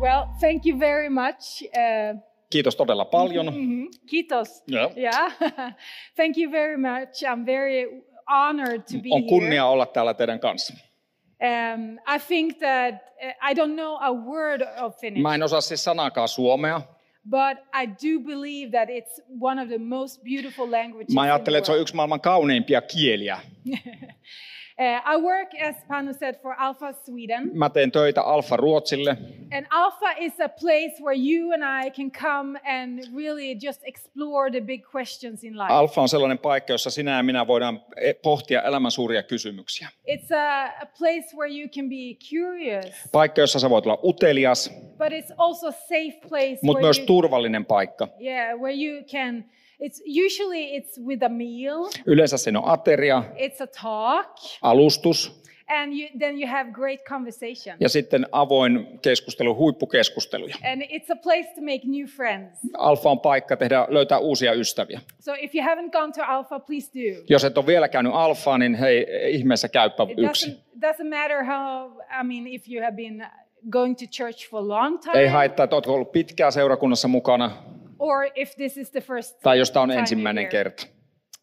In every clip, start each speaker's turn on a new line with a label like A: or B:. A: Well, thank you very much. Uh,
B: Kiitos todella paljon.
A: mhm, Kiitos.
B: Yeah.
A: Yeah. thank you very much. I'm very honored to be
B: On kunnia olla täällä teidän kanssa.
A: here. Um, I think that uh, I don't know a word of Finnish,
B: Mä en osaa siis sanaakaan suomea.
A: but I do believe that it's one of the most beautiful languages.
B: Mä
A: in the
B: ajattelen, että se on
A: world.
B: yksi maailman kauneimpia kieliä.
A: Uh, I work, as Panu said, for Alpha Sweden,
B: Mä teen töitä Alfa Ruotsille.
A: and Alpha is a place where you and I can come and really just explore the big questions in life.
B: Alfa on sellainen paikka, jossa sinä ja minä voidaan eh, pohtia elämän suuria kysymyksiä.
A: It's a, a place where you can be curious,
B: Paikka, jossa sä voit olla utelias,
A: but it's also a safe place.
B: mutta
A: where
B: myös
A: you,
B: turvallinen paikka.
A: yeah, where you can. It's usually it's with a meal,
B: Yleensä siinä on ateria,
A: it's a talk,
B: alustus
A: and you, then you have great conversation.
B: ja sitten avoin keskustelu, huippukeskusteluja.
A: And it's a place to make new friends.
B: Alfa on paikka tehdä, löytää uusia ystäviä.
A: So if you haven't gone to Alpha, please do.
B: Jos et ole vielä käynyt Alfaa, niin hei, ihmeessä käypä
A: It
B: yksin.
A: doesn't, doesn't matter how. I mean, if you have been going to church for a long
B: Ei
A: time,
B: haittaa, että oletko ollut pitkään seurakunnassa mukana
A: or if this is the first
B: tai jos tämä on
A: time
B: ensimmäinen
A: you're here.
B: kerta.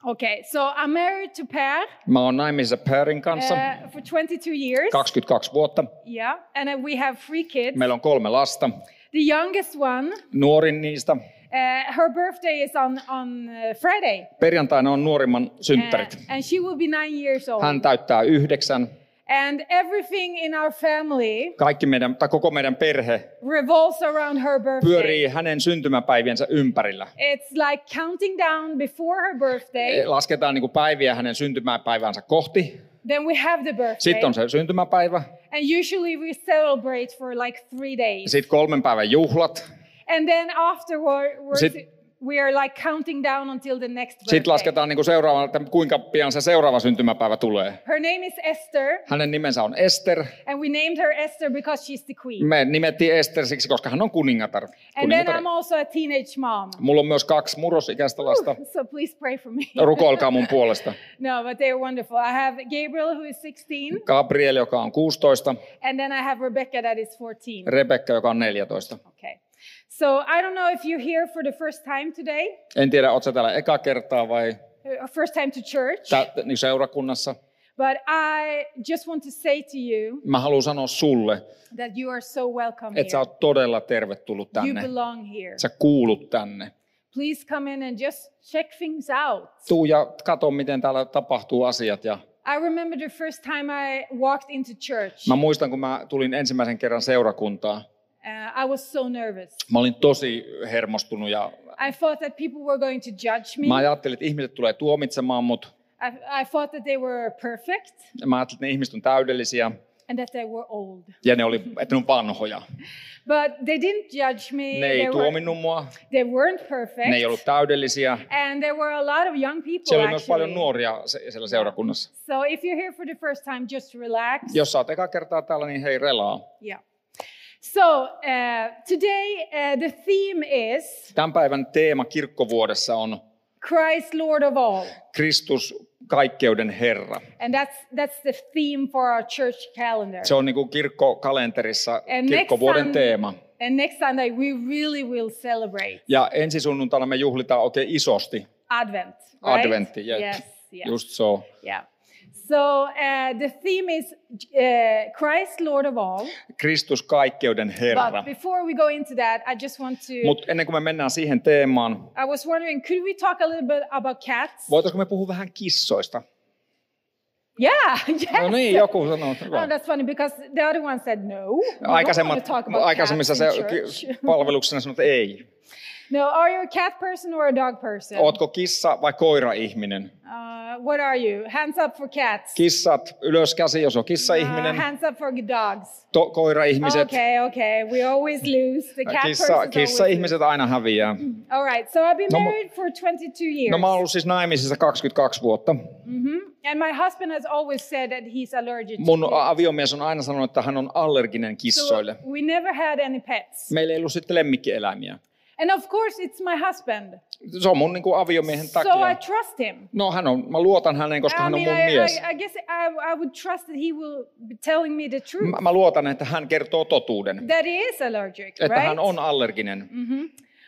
A: Okay, so I'm married to Per.
B: Mä oon naimisissa Perin kanssa
A: Uh, for 22 years.
B: 22 vuotta.
A: Yeah, and then we have three kids.
B: Meillä on kolme lasta.
A: The youngest one,
B: Nuorin niistä.
A: uh, her birthday is on on uh, Friday,
B: Perjantaina on nuorimman
A: Uh,
B: synttärit.
A: and she will be nine years old.
B: Hän täyttää yhdeksän.
A: and everything in our family
B: Kaikki meidän, tai koko meidän perhe
A: revolves around her birthday.
B: pyörii hänen syntymäpäiviensä ympärillä.
A: It's like counting down before her
B: Eh.
A: birthday,
B: Lasketaan niin kuin päiviä hänen syntymäpäivänsä kohti.
A: then we have the birthday,
B: Sitten on se syntymäpäivä.
A: and usually we celebrate for like three days,
B: Sitten kolmen päivän juhlat.
A: and then afterwards
B: Sit-
A: we are like counting down until the next
B: Sitten
A: birthday.
B: lasketaan niin kuin seuraava, että kuinka pian se seuraava syntymäpäivä tulee.
A: Her name is Esther.
B: Hänen nimensä on Ester.
A: And we named her Esther because she's the queen.
B: Me nimettiin Ester siksi, koska hän on kuningatar.
A: And then
B: kuningatar.
A: I'm also a teenage mom.
B: Mulla on myös kaksi murrosikäistä lasta.
A: So please pray for me.
B: Rukoilkaa mun puolesta.
A: No, but they're wonderful. I have Gabriel, who is 16,
B: Gabriel, joka on 16.
A: and then I have Rebecca, that is 14.
B: Rebekka, joka on 14.
A: Okay. So I don't know if you're here for the first time today,
B: En tiedä, oot sä täällä eka kertaa vai
A: uh, first time to church,
B: tä- niin seurakunnassa.
A: but I just want to say to you
B: Mä haluan sanoa sulle,
A: that you are so welcome
B: että sä
A: here.
B: oot todella tervetullut
A: You
B: tänne.
A: belong here.
B: Sä kuulut tänne.
A: Please come in and just check things out.
B: Tuu ja katso, miten täällä tapahtuu asiat. Ja
A: I remember the first time I walked into church.
B: mä muistan, kun mä tulin ensimmäisen kerran seurakuntaan.
A: Uh, I was so nervous.
B: Mä olin tosi hermostunut ja
A: I thought that people were going to judge me.
B: mä ajattelin, että ihmiset tulee tuomitsemaan mut.
A: I, I thought that they were perfect
B: Mä ajattelin, että ne ihmiset on täydellisiä
A: and that they were old.
B: ja ne oli, että ne on vanhoja.
A: But they didn't judge me.
B: Ne ei
A: they, were,
B: tuominnut mua,
A: they weren't perfect.
B: ne ei ollut täydellisiä.
A: And there were a lot of young people
B: Siellä oli myös paljon
A: actually.
B: nuoria se- siellä seurakunnassa.
A: so if you're here for the first time, just relax.
B: Jos sä oot eka kertaa täällä, niin hei relaa.
A: Yeah. So uh, today uh, the theme is
B: Tämän päivän teema kirkkovuodessa on
A: Christ Lord of all.
B: Kristus kaikkeuden Herra.
A: And that's that's the theme for our church calendar.
B: Se on niin kuin kirkkokalenterissa
A: And next
B: kirkkovuoden
A: Sun-
B: teema.
A: and next Sunday we really will celebrate.
B: Ja ensi sunnuntaina me juhlitaan oikein isosti
A: Advent. Right?
B: adventti. jep.
A: Yes. yes
B: Just so.
A: Yeah. So uh, the theme is uh, Christ, Lord of all.
B: Kristus kaikkeuden Herra.
A: But before we go into that, I just want to.
B: Mutta ennen kuin me mennään siihen teemaan,
A: I was wondering, could we talk a little bit about cats?
B: voitaisiko me puhua vähän kissoista?
A: Yeah. Yes.
B: No niin, joku sanoo. että
A: Oh,
B: hyvä.
A: that's funny because the other one said no. we don't want
B: Aikaisemmat,
A: to talk about
B: aikaisemmissa
A: cats
B: se,
A: in
B: ki-
A: church.
B: palveluksena sanoi, että ei.
A: no, are you a cat person or a dog person?
B: Ootko kissa vai koira-ihminen?
A: Uh, what are you? Hands up for cats.
B: Kissat, ylös käsi, jos on
A: Uh,
B: kissa-ihminen,
A: hands up for dogs.
B: to, koira-ihmiset.
A: Okay, okay. We always lose. The cat
B: Kissa,
A: person is Mm, always lose.
B: kissa-ihmiset aina häviää.
A: All right. So I've been
B: No, mu-
A: married for 22 years.
B: No mä oon ollut siis naimisissa 22 vuotta.
A: and my husband has always said that he's allergic
B: Mun
A: to
B: aviomies on aina sanonut, että hän on allerginen
A: So
B: kissoille.
A: we never had any pets.
B: Meillä ei ollut sitten lemmikkieläimiä.
A: And of course, it's my husband.
B: Se on mun niin kuin aviomiehen
A: So I
B: takia.
A: trust him.
B: No hän on, mä luotan häneen, koska
A: I
B: hän on
A: mean,
B: mun
A: I,
B: mies.
A: I, I guess I, I would trust that he will be telling me the truth.
B: Mä, mä luotan, että hän kertoo totuuden.
A: That he is allergic,
B: Että
A: right? Mm.
B: hän on allerginen.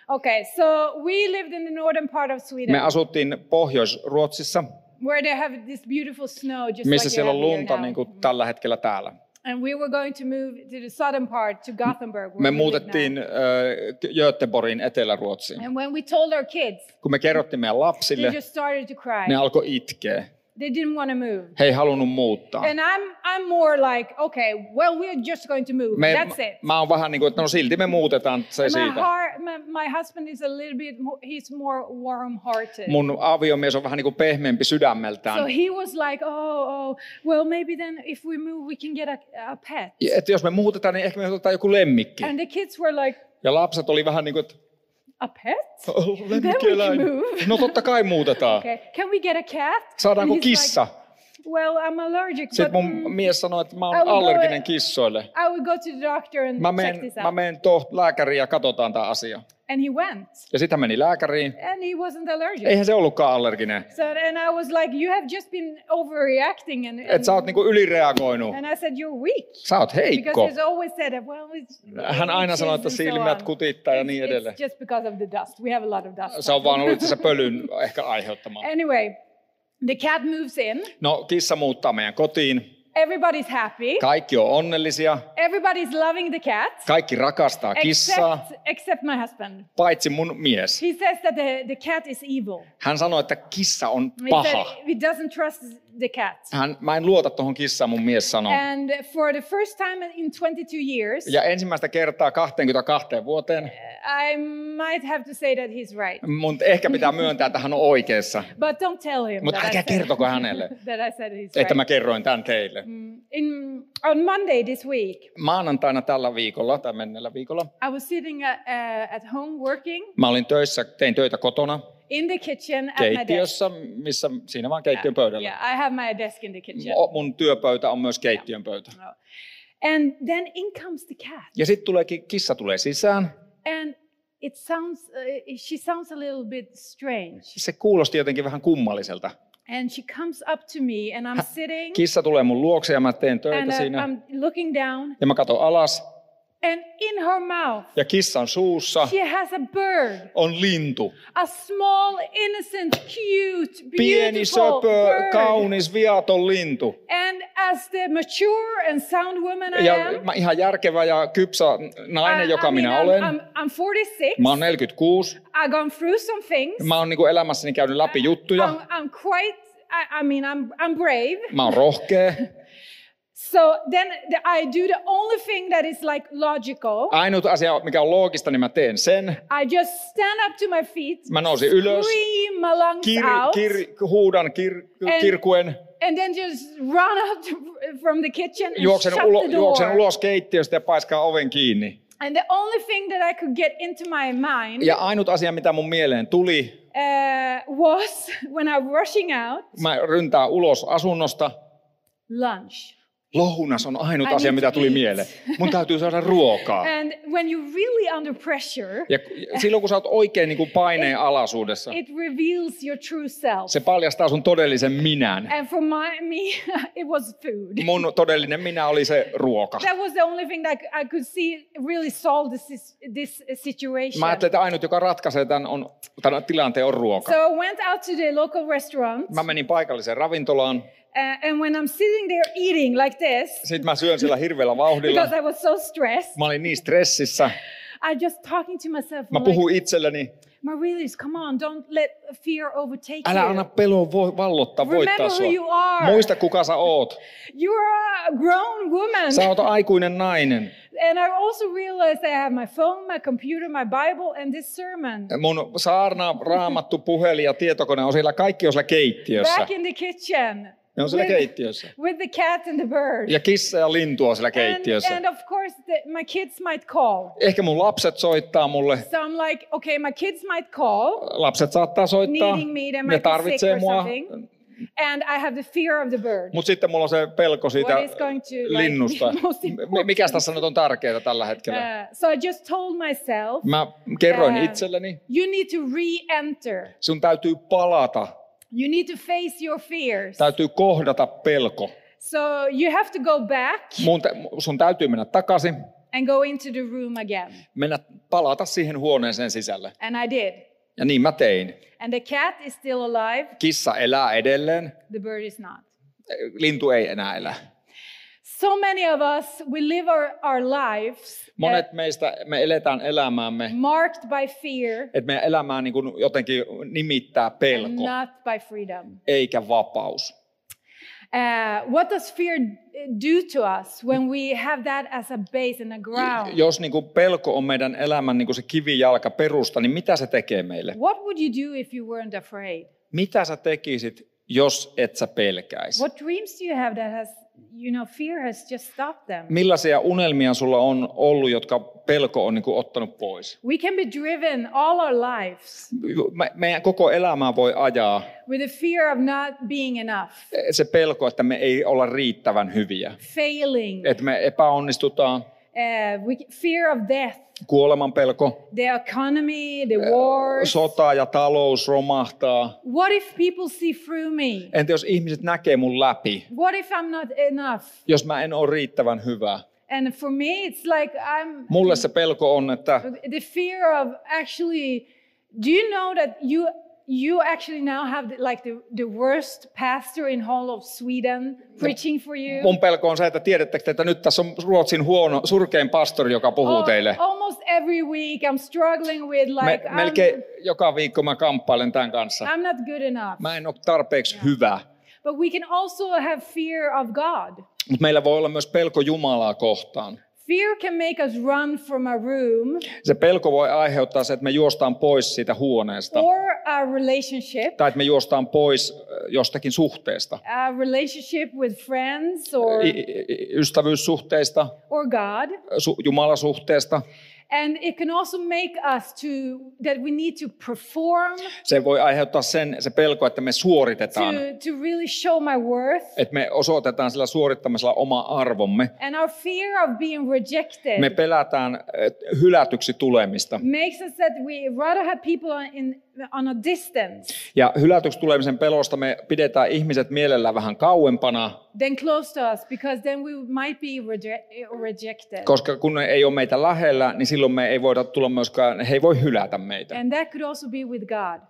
A: Okay, so we lived in the northern part of Sweden
B: Me asuttiin Pohjois-Ruotsissa,
A: where they have this beautiful snow just
B: missä
A: like you
B: siellä on
A: have here
B: lunta
A: now.
B: niin kuin tällä hetkellä täällä.
A: And we were going to move to the southern part, to Gothenburg. where
B: Me
A: we live
B: muutettiin
A: now.
B: äh, Göteborgin Etelä-Ruotsiin.
A: And when we told our kids,
B: Kun me kerrottiin meidän
A: they
B: lapsille,
A: just started to cry.
B: ne alkoi itkeä.
A: They didn't want to move.
B: He ei halunnut muuttaa.
A: And I'm I'm more like, okay, well, we're just going to move.
B: Me,
A: That's it.
B: mä oon vähän niin kuin, että no silti me muutetaan se
A: my,
B: siitä.
A: heart, my, my husband is a little bit more, he's more warm-hearted.
B: Mun aviomies on vähän niin kuin pehmeämpi sydämeltään.
A: so he was like, oh, oh, well, maybe then if we move, we can get a, a pet.
B: Ja, Että jos me muutetaan, niin ehkä me otetaan joku lemmikki.
A: And the kids were like,
B: Ja lapset oli vähän niin kuin, että
A: a pet?
B: oh,
A: Then
B: lemmikkieläin.
A: we can move.
B: No totta kai muutetaan.
A: Okay, can we get a cat?
B: Saadaanko
A: And he's
B: kissa?
A: like, well, I'm allergic, but
B: Sitten mun
A: mm,
B: mies sanoi, että mä
A: I will
B: oon
A: go-
B: allerginen kissoille.
A: I will go to the doctor and
B: Mä
A: check
B: menen,
A: this
B: mä
A: out.
B: menen tuohon lääkäriin ja katsotaan tämä asia.
A: And he went,
B: Ja sitten hän meni lääkäriin.
A: and he wasn't allergic.
B: Eihän se ollutkaan allerginen.
A: So and I was like, you have just been overreacting, and,
B: Että
A: and,
B: sä oot niinku ylireagoinut.
A: and I said you're weak
B: Sä oot
A: because
B: heikko.
A: he's always said that. Well, it's,
B: Hän aina
A: it's
B: sanoo,
A: and
B: että
A: so
B: silmät
A: on."
B: kutittaa ja niin
A: It's-
B: edelleen.
A: It's just because of the dust. We have a lot of dust.
B: Se on vaan ollut itse asiassa pölyn ehkä aiheuttamaa.
A: Anyway, the cat moves in.
B: No, kissa muuttaa meidän kotiin.
A: Everybody's happy.
B: Kaikki on onnellisia.
A: Everybody's loving the cat.
B: Kaikki rakastaa kissaa,
A: Except, except my husband.
B: paitsi mun mies.
A: He says that the, the cat is evil.
B: Hän sanoi, että kissa on
A: He, said
B: paha. Oh.
A: he doesn't trust the cat.
B: Hän, mä en luota tuohon kissaan, mun mies sanoi.
A: And for the first time in 22 years,
B: Ja ensimmäistä kertaa 22 vuoteen
A: I might have to say that he's right.
B: mun ehkä pitää myöntää, että hän on oikeassa.
A: But don't tell him.
B: Mutta
A: that I
B: älkää
A: said-
B: kertoko hänelle.
A: that I said he's
B: Että mä
A: right.
B: kerroin tämän teille.
A: Mm. In, on Monday this week,
B: Maanantaina tällä viikolla tai menneellä viikolla
A: I was sitting at, uh, at home working
B: mä olin töissä, tein töitä kotona
A: in the kitchen at my desk.
B: keittiössä, missä siinä vaan keittiön pöydällä. Oh.
A: Yeah, I have my desk in the kitchen.
B: O- Mun työpöytä on myös keittiön pöydä.
A: No. And then in comes the cat,
B: Ja sitten tuleekin, kissa tulee sisään.
A: and it sounds uh, she sounds a little bit strange.
B: Se kuulosti jotenkin vähän kummalliselta.
A: And she comes up to me, and I'm sitting
B: Kissa tulee mun luokse ja mä teen töitä
A: and uh, um, I'm,
B: siinä.
A: I'm looking down,
B: Ja mä katon alas
A: and in her mouth
B: ja kissa on suussa.
A: she has a bird.
B: On lintu.
A: A small, innocent, cute,
B: Pieni,
A: beautiful
B: söpö,
A: bird.
B: kaunis, viaton lintu.
A: And as the mature and sound woman I
B: Ja
A: am,
B: mä ihan järkevä ja kypsä nainen,
A: I-
B: joka
A: I mean,
B: minä
A: I'm,
B: olen.
A: I'm, I'm 46.
B: Mä oon 46.
A: I've gone through some things.
B: Mä oon niinku elämässäni käynyt läpi juttuja.
A: I'm, I'm quite. I, I mean, I'm I'm brave.
B: Mä oon rohkea.
A: So then the, I do the only thing that is like logical.
B: Ainut asia, mikä on loogista, niin mä teen sen.
A: I just stand up to my feet,
B: Mä nousin ylös.
A: scream my lungs
B: Kir,
A: out,
B: kir, huudan kir, kirkuen.
A: and then just run out from the kitchen and
B: Juoksen,
A: shut
B: ulo,
A: the door.
B: juoksen ulos keittiöstä ja paiskaa oven kiinni.
A: And the only thing that I could get into my mind
B: Ja ainut asia, mitä mun mieleen tuli,
A: uh, was when I'm rushing out,
B: mä ryntään ulos asunnosta.
A: lunch.
B: Lounas on ainut
A: I
B: asia,
A: need
B: mitä
A: to
B: tuli
A: eat.
B: mieleen. Mun täytyy saada ruokaa.
A: And when you're really under pressure,
B: Ja ku- ja silloin kun sä oot oikein niin kuin paineen alaisuudessa,
A: it reveals your true self.
B: se paljastaa sun todellisen minän.
A: And for my, me, it was food.
B: Mun todellinen minä oli se ruoka.
A: That was the only thing that I could see really solve this, is- this situation.
B: Mä ajattelin, että ainut, joka ratkaisee tämän, on, tämän tilanteen, on ruoka.
A: So I went out to the local restaurant,
B: Mä menin paikalliseen ravintolaan.
A: uh, and when I'm sitting there eating like this,
B: Sitten mä syön siellä hirveällä vauhdilla.
A: because I was so stressed,
B: Mä olin niin stressissä.
A: I'm just talking to myself.
B: Mä
A: like,
B: puhun itselleni,
A: Marilis, come on, don't let fear overtake
B: älä
A: you.
B: anna pelon vo- vallottaa, voittaa
A: Remember
B: sua.
A: who you are.
B: Muista, kuka sä oot.
A: You're a grown woman.
B: Sä oot aikuinen nainen.
A: and I also realized I have my phone, my computer, my Bible, and this sermon.
B: Mun saarna, raamattu, puhelin ja tietokone on siellä, kaikki on siellä keittiössä.
A: Back in the kitchen.
B: Ne on siellä
A: with,
B: keittiössä.
A: with the cat and the bird.
B: Ja kissa ja lintu on siellä
A: and,
B: keittiössä.
A: and of course, the, my kids might call.
B: Ehkä mun lapset soittaa mulle.
A: So I'm like, okay, my kids might call,
B: Lapset saattaa soittaa.
A: needing me, they
B: Ne
A: might be sick
B: tarvitsee
A: or
B: mua.
A: something. And I have the fear of the bird.
B: Mutta sitten mulla on se pelko siitä
A: is going to, like,
B: linnusta.
A: most important?
B: Mikä tässä nyt on tärkeää tällä hetkellä?
A: Uh, so I just told myself,
B: Mä kerroin
A: ää,
B: itselleni,
A: you need to re-enter.
B: sun täytyy palata.
A: You need to face your fears.
B: Täytyy kohdata pelko.
A: So you have to go back
B: Mun tä- sun täytyy mennä takaisin,
A: and go into the room again.
B: mennä palata siihen huoneeseen sisälle.
A: And I did.
B: Ja niin mä tein.
A: And the cat is still alive,
B: Kissa elää edelleen,
A: the bird is not.
B: lintu ei enää elä.
A: So many of us, we live our, our lives uh,
B: Monet meistä, me eletään elämäämme
A: marked by fear
B: että meidän elämää niin kuin jotenkin nimittää
A: and
B: pelko,
A: not by freedom.
B: eikä vapaus.
A: Uh, what does fear uh, do to us when we have that as a base and a ground?
B: Jos niin kuin pelko on meidän elämän niin kuin se kivijalka perusta, niin mitä se tekee meille?
A: What would you do if you weren't afraid?
B: Mitä sä tekisit, jos et sä pelkäisi?
A: What dreams do you have that has, you know, fear has just stopped them?
B: Millaisia unelmia sulla on ollut, jotka pelko on niin kuin ottanut pois?
A: We can be driven all our lives
B: Me- Meidän koko elämää voi ajaa
A: with the fear of not being enough,
B: se pelko, että me ei olla riittävän hyviä.
A: failing,
B: Että me epäonnistutaan,
A: uh, we, fear of death,
B: kuoleman pelko,
A: the economy,
B: Uh,
A: the wars.
B: sota ja talous romahtaa.
A: What if people see through me?
B: Entä jos ihmiset näkee mun läpi?
A: What if I'm not enough?
B: jos mä en ole riittävän hyvä.
A: And for me, it's like I'm
B: Mulle se pelko on, että
A: the fear of actually. Do you know that you you actually now have the, like the, the worst pastor in whole of Sweden preaching for you?
B: mun pelko on se, että tiedättekö, te, että nyt tässä on Ruotsin huono, surkein pastori, joka puhuu
A: Al-
B: teille.
A: almost every week, I'm struggling with
B: Me,
A: like
B: melkein
A: I'm,
B: joka viikko mä kamppailen tämän kanssa.
A: I'm not good enough.
B: Mä en ole tarpeeksi hyvä.
A: But we can also have fear of God.
B: Mutta meillä voi olla myös pelko Jumalaa kohtaan.
A: Fear can make us run from a room
B: Se pelko voi aiheuttaa se, että me juostaan pois siitä huoneesta.
A: or a relationship.
B: Tai että me juostaan pois äh, jostakin suhteesta.
A: a relationship with friends or
B: I- i- i- Ystävyyssuhteista,
A: or God.
B: su- Jumalasuhteesta.
A: And it can also make us to that we need to perform
B: Se voi aiheuttaa sen, se pelko, että me suoritetaan.
A: to, to really show my worth.
B: että me osoitetaan sillä suorittamisella oma arvomme.
A: And our fear of being rejected
B: Me pelätään et, hylätyksi tulemista.
A: makes us that we rather have people on, in, on a distance
B: Ja hylätyksi tulemisen pelosta me pidetään ihmiset mielellään vähän kauempana,
A: than close to us because then we might be reje- rejected.
B: koska kun ne ei ole meitä lähellä, niin silloin me ei voida tulla myöskään, he ei voi hylätä meitä.
A: And that could also be with God.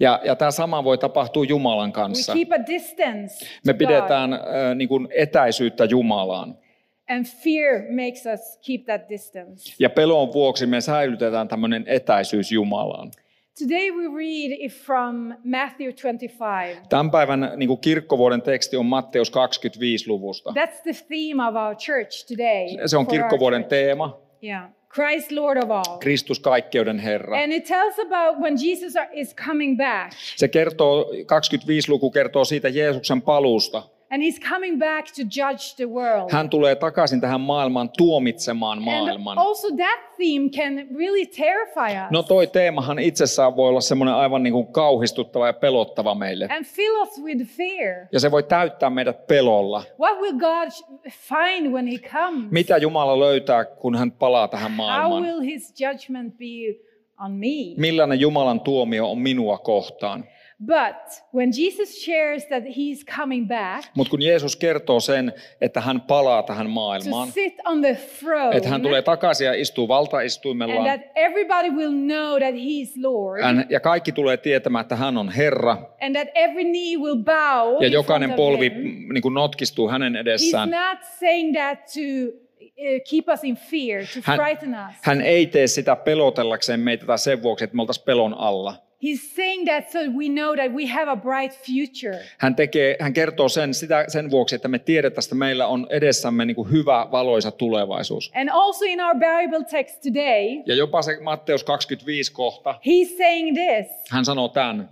B: Ja, ja tämä sama voi tapahtua Jumalan
A: We
B: kanssa.
A: keep a distance.
B: Me
A: to God,
B: pidetään äh, niin kuin etäisyyttä Jumalaan.
A: and fear makes us keep that distance.
B: Ja pelon vuoksi me säilytetään tämmöinen etäisyys Jumalaan.
A: Today we read it from Matthew 25.
B: Tämän päivän niin kuin kirkkovuoden teksti on Matteus 25 luvusta.
A: That's the theme of our church today.
B: Se on
A: for our
B: kirkkovuoden
A: church.
B: teema.
A: Yeah. Christ Lord of all.
B: Kristus kaikkeuden Herra.
A: And it tells about when Jesus are- is coming back.
B: Se kertoo, 25 luku kertoo siitä Jeesuksen paluusta.
A: And he's coming back to judge the world.
B: Hän tulee takaisin tähän maailmaan tuomitsemaan
A: And
B: maailman.
A: also that theme can really terrify us.
B: No toi teemahan itsessään voi olla semmoinen aivan niin kuin kauhistuttava ja pelottava meille.
A: And fill us with fear.
B: Ja se voi täyttää meidät pelolla.
A: What will God sh- find when he comes?
B: Mitä Jumala löytää, kun hän palaa tähän
A: How
B: maailmaan?
A: will his judgment be on me?
B: Millainen Jumalan tuomio on minua kohtaan?
A: But when Jesus shares that he's coming back
B: Mutta kun Jeesus kertoo sen, että hän palaa tähän
A: to
B: maailmaan,
A: sit on the throne
B: että hän tulee takaisin ja istuu
A: and
B: valtaistuimellaan,
A: that everybody will know that he's Lord
B: Hän, ja kaikki tulee tietämään, että hän on Herra.
A: and that every knee will bow
B: Ja
A: in
B: jokainen
A: front of
B: polvi
A: him.
B: niin kuin notkistuu hänen
A: He's
B: edessään.
A: not saying that to uh, keep us in fear, to
B: Hän-
A: frighten us.
B: Hän ei tee sitä pelotellakseen meitä tai sen vuoksi, että me oltaisiin pelon alla.
A: He's saying that so we know that we have a bright future.
B: Hän, tekee, hän kertoo sen sitä, sen vuoksi, että me tiedetään, että meillä on edessämme niin kuin hyvä, valoisa tulevaisuus.
A: And also in our Bible text today,
B: Ja jopa se Matteus 25 kohta,
A: he's saying this
B: hän sanoo tämän.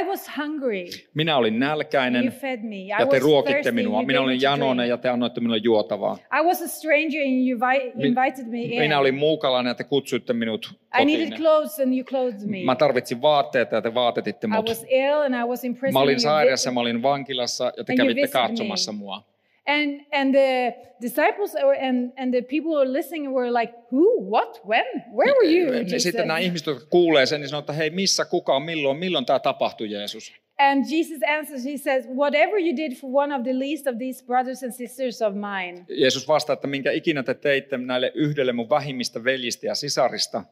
A: I was hungry,
B: Minä olin
A: you
B: nälkäinen
A: fed me. I
B: ja te
A: was
B: ruokitte
A: thirsty,
B: minua.
A: you
B: Minä
A: gave me
B: olin
A: to
B: janoinen
A: drink.
B: ja te annoitte minulle juotavaa.
A: I was a stranger and you vi-
B: Min-
A: invited me in.
B: Minä olin muukalainen ja te kutsuitte minut
A: I needed
B: kotiin.
A: clothes and you clothed me.
B: Mä tarvitsin vaatteita ja te vaatetitte
A: Niin. I
B: mut.
A: was ill and I was in prison.
B: Mä olin
A: and you
B: sairaassa,
A: vi-
B: mä olin vankilassa ja te
A: And you
B: kävitte
A: visited me.
B: katsomassa mua.
A: And and the disciples or, and and the people who were listening were like, who, what, when, where were you?
B: Niin
A: Jesus?"
B: Sitten nämä ihmiset, jotka kuulee sen, niin sanoo, että hei, missä, kuka, milloin, milloin tämä tapahtui, Jeesus?
A: And Jesus answers, he says, whatever you did for one of the least of these brothers and sisters of mine,
B: Jeesus vastaa, että minkä ikinä te teitte näille yhdelle mun vähimmistä veljistä ja sisarista,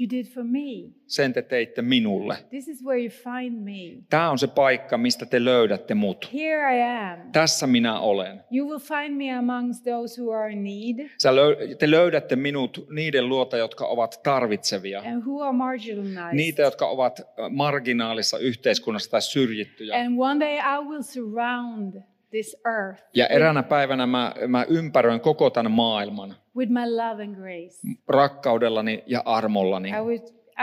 A: you did for me.
B: sen te teitte minulle.
A: This is where you find me.
B: Tämä on se paikka, mistä te löydätte mut.
A: Here I am.
B: Tässä minä olen.
A: You will find me amongst those who are in need
B: Sä löy- te löydätte minut niiden luota, jotka ovat tarvitsevia.
A: and who are marginalized.
B: Niitä, jotka ovat äh, marginaalissa yhteiskunnassa tai syrjittyjä.
A: And one day I will surround this earth
B: Ja eräänä päivänä mä, mä ympäröin koko tämän maailman
A: with my love and grace.
B: Mm. rakkaudellani ja armollani.
A: I will,